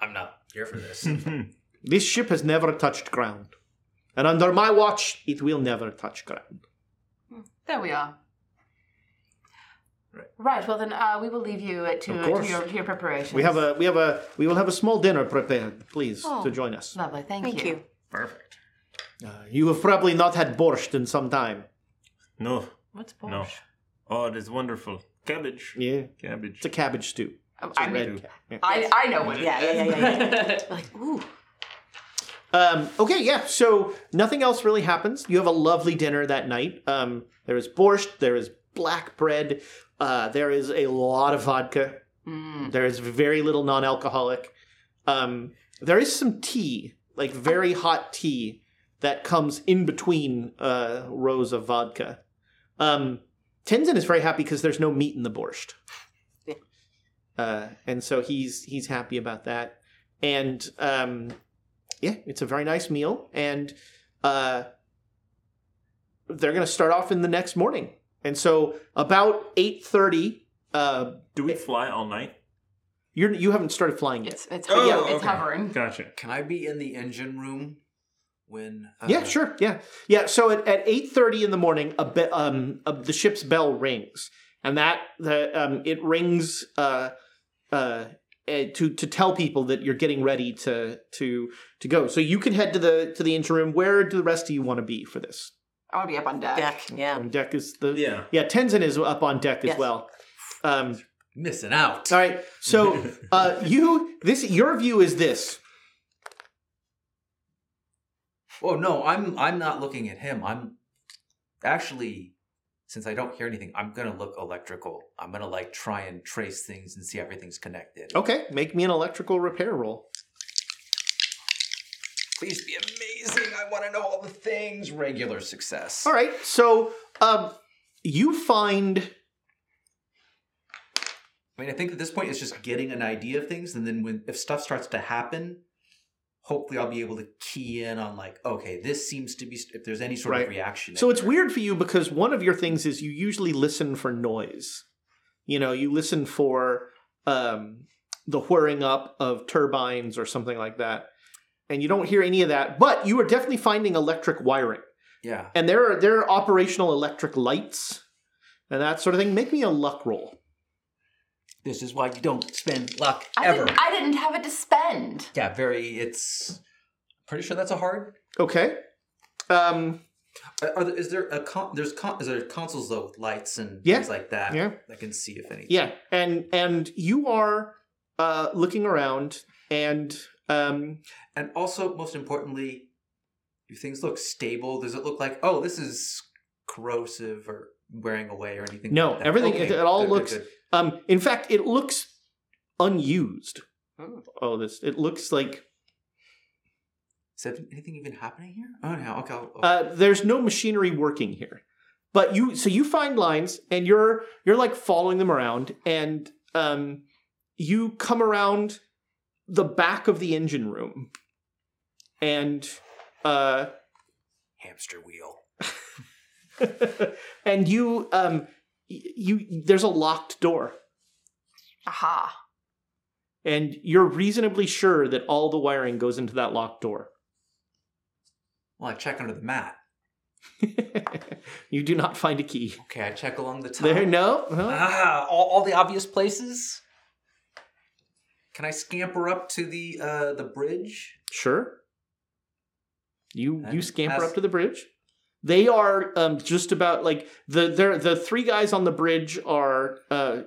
S12: I'm not here for this.
S6: This ship has never touched ground. And under my watch, it will never touch ground.
S7: There we are. Right. Well, then uh, we will leave you uh, to,
S6: Of
S7: uh, to
S6: course.
S7: your, to your preparations.
S6: We have a, we have a, we will have a small dinner prepared, please, to
S10: Oh.
S6: join us.
S7: lovely. Thank,
S10: Thank you.
S12: Perfect.
S6: Uh, you have probably not had borscht in some time.
S1: No.
S7: What's borscht?
S1: No. Oh, it is wonderful. Cabbage.
S6: Yeah,
S1: Cabbage.
S6: it's a cabbage stew.
S7: Oh, I, mean,
S6: Red ca-
S7: I, I know what it is.
S10: Yeah, yeah, yeah, yeah. yeah. like, ooh.
S6: Um, okay, yeah. So nothing else really happens. You have a lovely dinner that night. Um, there is borscht. There is black bread. Uh, there is a lot of vodka.
S7: Mm,
S6: There is very little non-alcoholic. Um, there is some tea, like very hot tea, that comes in between uh, rows of vodka. Um, Tenzin is very happy because there's no meat in the borscht,
S10: Yeah.
S6: uh, and so he's he's happy about that. And um, yeah, it's a very nice meal, and uh, they're going to start off in the next morning. And so about eight thirty, uh,
S1: Do we fly all night?
S6: you're you haven't started flying yet.
S7: It's it's,
S1: Oh,
S7: yeah, it's
S1: okay.
S7: hovering.
S1: Gotcha.
S12: Can I be in the engine room when? Uh,
S6: Yeah, sure. Yeah, yeah. So at, at eight thirty in the morning, a be- um, a, the ship's bell rings, and that the um, it rings uh, uh, eh, to to tell people that you're getting ready to to to go. So you can head to the to the engine room. Where do the rest of you want to be for this?
S7: I want to be up on deck.
S10: Deck. Yeah.
S6: Um, deck is the
S1: Yeah.
S6: yeah. Tenzin is up on deck as
S10: Yes.
S6: well. Um,
S12: Missing out.
S6: all right. So uh, you this your view is this.
S12: Oh no, I'm I'm not looking at him. I'm actually since I don't hear anything, I'm gonna look electrical. I'm gonna like try and trace things and see everything's connected.
S6: Okay, make me an electrical repair roll.
S12: Please be amazing. I want to know all the things. Regular success.
S6: All right. So um, you find
S9: I mean, I think at this point it's just getting an idea of things, and then when if stuff starts to happen, hopefully I'll be able to key in on like, okay, this seems to be if there's any sort of reaction.
S6: So it's weird for you because one of your things is you usually listen for noise. You know, you listen for um, the whirring up of turbines or something like that, and you don't hear any of that. But you are definitely finding electric wiring,
S9: yeah.
S6: and there are there are operational electric lights and that sort of thing. Make me a luck roll.
S9: This is why you don't spend luck
S7: I
S9: ever.
S7: didn't, I didn't have it to spend.
S9: Yeah, very. It's pretty sure that's a hard. uh,
S6: Okay. Um,
S9: Are, are there, is there a con- there's con- is there consoles though with lights and
S6: Yeah.
S9: things like that?
S6: Yeah.
S9: I can see if anything.
S6: Yeah, and and you are uh, looking around, and um,
S9: and also most importantly, do things look stable? Does it look like oh this is corrosive or wearing away or anything?
S6: no,
S9: like that?
S6: everything
S9: Okay,
S6: it, it all
S9: good, good,
S6: looks.
S9: good.
S6: Um, in fact, it looks unused. Oh, this it looks like
S9: Is that anything even happening here? Oh no, okay. I'll, I'll-
S6: uh, there's no machinery working here. But you so you find lines, and you're you're like following them around, and um, you come around the back of the engine room, and uh,
S9: hamster wheel.
S6: and you um y- you there's a locked door
S7: Aha.
S6: and you're reasonably sure that all the wiring goes into that locked door
S9: Well, I check under the mat.
S6: you do not find a key
S9: Okay, I check along the top.
S6: there no no.
S9: Ah, all, all the obvious places. Can I scamper up to the uh, the bridge?
S6: sure you you
S9: And
S6: scamper
S9: as-
S6: up to the bridge they are um just about like the they're, the three guys on the bridge are uh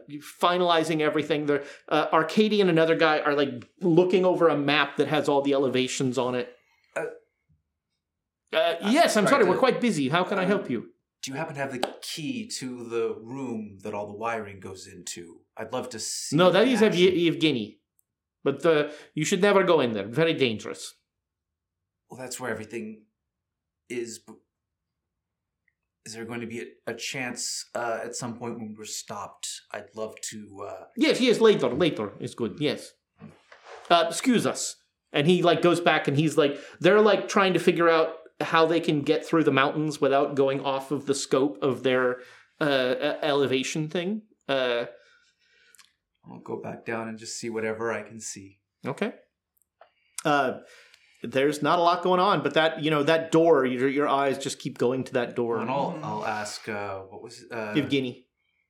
S6: finalizing everything they're uh, arcady and another guy are like looking over a map that has all the elevations on it
S9: Uh,
S6: uh, yes i'm
S9: sorry,
S6: sorry
S9: the-
S6: we're quite busy how
S9: um,
S6: can i help you
S9: Do you happen to have the key to the room that all the wiring goes into? I'd love to see.
S6: No, that
S9: the
S6: is
S9: action.
S6: Ev- Evgeny. But uh, you should never go in there. Very dangerous.
S9: Well, that's where everything is. b- Is there going to be a, a chance uh, at some point when we're stopped? I'd love to. Uh,
S6: Yes, yes, later, later is good. Yes. Uh, excuse us. And he like goes back and he's like they're like trying to figure out how they can get through the mountains without going off of the scope of their uh, e- elevation thing. Uh,
S9: I'll go back down and just see whatever I can see.
S6: okay. Uh, there's not a lot going on, but that you know that door, your your eyes just keep going to that door.
S9: And I'll, I'll ask. Uh, what was it? Uh,
S6: Evgeny,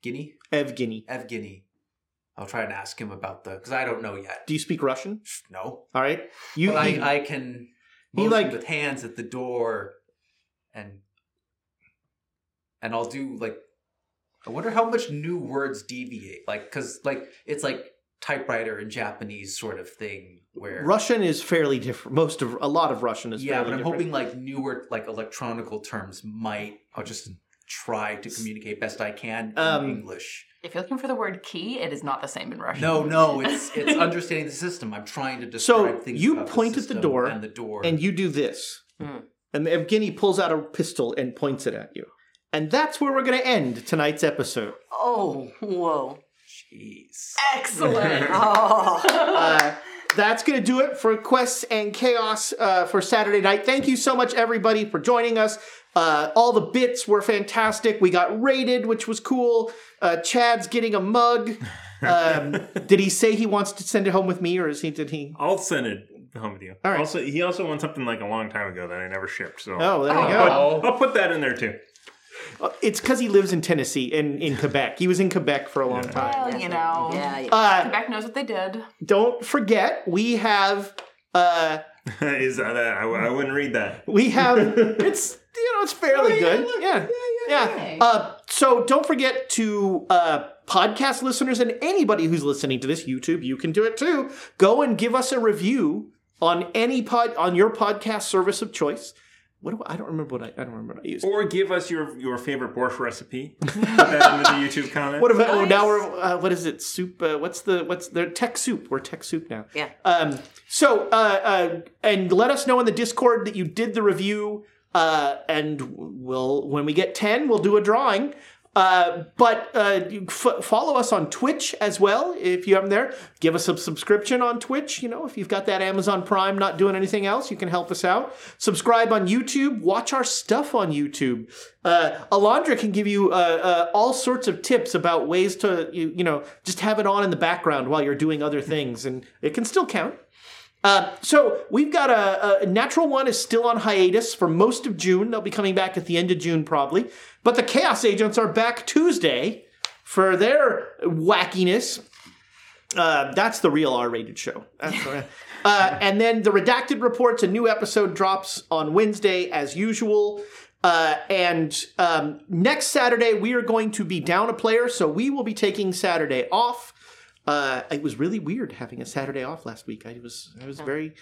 S9: Guinea?
S6: Evgeny,
S9: Evgeny. I'll try and ask him about the because I don't know yet.
S6: do you speak Russian?
S9: No,
S6: All right, you.
S9: but
S6: you-
S9: I, I can
S6: he,
S9: motion
S6: like-
S9: with hands at the door, and and I'll do like. I wonder how much new words deviate, like because like it's like typewriter and Japanese sort of thing where
S6: Russian is fairly different. Most of a lot of Russian is
S9: yeah,
S6: fairly
S9: but I'm
S6: different.
S9: hoping like newer like electronical terms might. I'll just try to communicate best I can in
S6: Um,
S9: English.
S7: If you're looking for the word key, it is not the same in Russian.
S9: No, no, it's it's understanding the system. I'm trying to describe things.
S6: you
S9: about the
S6: point at the
S9: system
S6: door,
S9: and the door,
S6: and you do this,
S7: Mm.
S6: and Evgeny pulls out a pistol and points it at you, and that's where we're going to end tonight's episode.
S10: Oh, whoa.
S9: Jeez.
S7: Excellent.
S10: Oh.
S6: Uh, that's going to do it for Quests and Chaos uh, for Saturday night. Thank you so much, everybody, for joining us. Uh, all the bits were fantastic. We got rated, which was cool. Uh, Chad's getting a mug. Um, did he say he wants to send it home with me, or is he? Did he?
S1: I'll send it home with you.
S6: All right.
S1: Also, he also won something like a long time ago that I never shipped. So
S6: Oh, there you go.
S1: I'll, I'll put that in there too.
S6: It's because he lives in Tennessee and in Quebec. He was in Quebec for a long time.
S7: Well, you know,
S10: yeah, yeah.
S6: Uh,
S7: Quebec knows what they did.
S6: don't forget, we have uh,
S1: is that, I, I wouldn't read that.
S6: we have it's you know it's fairly good. Yeah, yeah. Uh, so don't forget to uh, podcast listeners and anybody who's listening to this YouTube, you can do it too. Go and give us a review on any pod on your podcast service of choice. What do I, I don't remember what I, I don't remember what I used.
S1: Or give us your your favorite borscht recipe. Put that into the YouTube comments.
S6: What about oh, now we're uh, what is it soup? Uh, what's the what's the tech soup? We're tech soup now.
S10: Yeah.
S6: Um. So uh, uh, and let us know in the Discord that you did the review. Uh, and we'll when we get ten, we'll do a drawing. Uh, but uh, you f- follow us on Twitch as well if you haven't there. Give us a subscription on Twitch. You know, if you've got that Amazon Prime not doing anything else, you can help us out. Subscribe on YouTube. Watch our stuff on YouTube. Uh, Alondra can give you uh, uh, all sorts of tips about ways to, you, you know, just have it on in the background while you're doing other things, and it can still count. Uh, so we've got a, a natural one is still on hiatus for most of June. They'll be coming back at the end of June probably. But the Chaos Agents are back Tuesday for their wackiness. Uh, that's the real R-rated show. That's the- uh, and then the redacted reports. A new episode drops on Wednesday as usual. Uh, and um, next Saturday we are going to be down a player, so we will be taking Saturday off. Uh, it was really weird having a Saturday off last week. I was I was very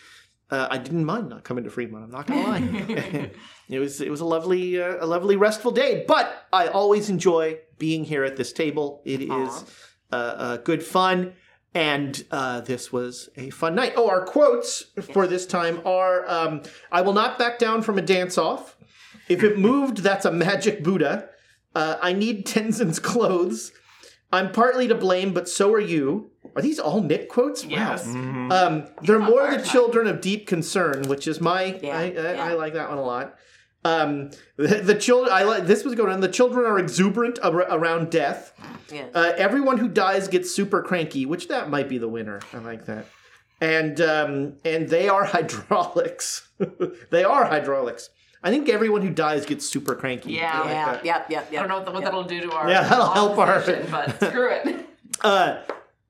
S6: uh, I didn't mind not coming to Fremont. I'm not gonna lie. it was it was a lovely uh, a lovely restful day. But I always enjoy being here at this table. It is uh, uh, good fun, and uh, this was a fun night. Oh, our quotes for this time are: um, "I will not back down from a dance off. If it moved, that's a magic Buddha. Uh, I need Tenzin's clothes. I'm partly to blame, but so are you." Are these all Nick quotes? Wow.
S13: Yes. Mhm.
S6: Um, they're more the children of deep concern, which is my I, I, I like that one a lot. Um, the, the children. I like this was going on. The children are exuberant ar- around death.
S10: Yeah.
S6: Uh, everyone who dies gets super cranky, which that might be the winner. I like that. And um, and they are hydraulics. they are hydraulics. I think everyone who dies gets super cranky. I
S7: Yeah.
S6: like that.
S10: Yep. Yep. Yep.
S7: I don't know what, what that'll do to our
S6: Yeah, that'll help our-
S7: opposition, but screw it.
S6: Uh,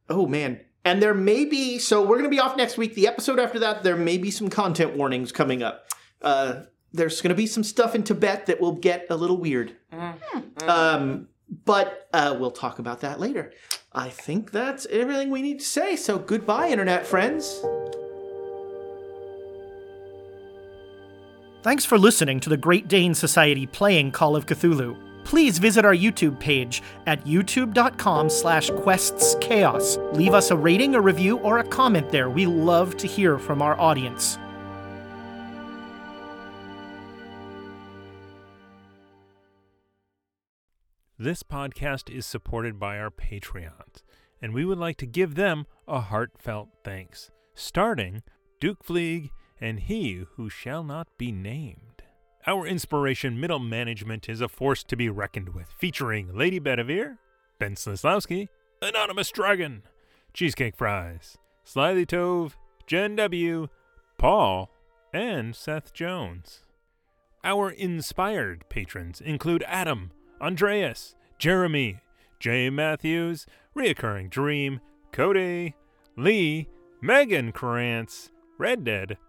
S6: oh man. And there may be so we're going to be off next week. The episode after that, there may be some content warnings coming up. Uh, there's going to be some stuff in Tibet that will get a little weird. Um, but uh, we'll talk about that later. I think that's everything we need to say. So goodbye, internet friends.
S14: Thanks for listening to the Great Dane Society playing Call of Cthulhu. Please visit our YouTube page at youtube.com slash questschaos. Leave us a rating, a review, or a comment there. We love to hear from our audience.
S1: This podcast is supported by our Patreons, and we would like to give them a heartfelt thanks, starting Duke Fleeg and He Who Shall Not Be Named. Our inspiration, Middle Management, is a force to be reckoned with, featuring Lady Bedivere, Ben Slislawski, Anonymous Dragon, Cheesecake Fries, Slyly Tove, Jen W., Paul, and Seth Jones. Our inspired patrons include Adam, Andreas, Jeremy, Jay Matthews, Reoccurring Dream, Cody, Lee, Megan Krantz, Red Dead,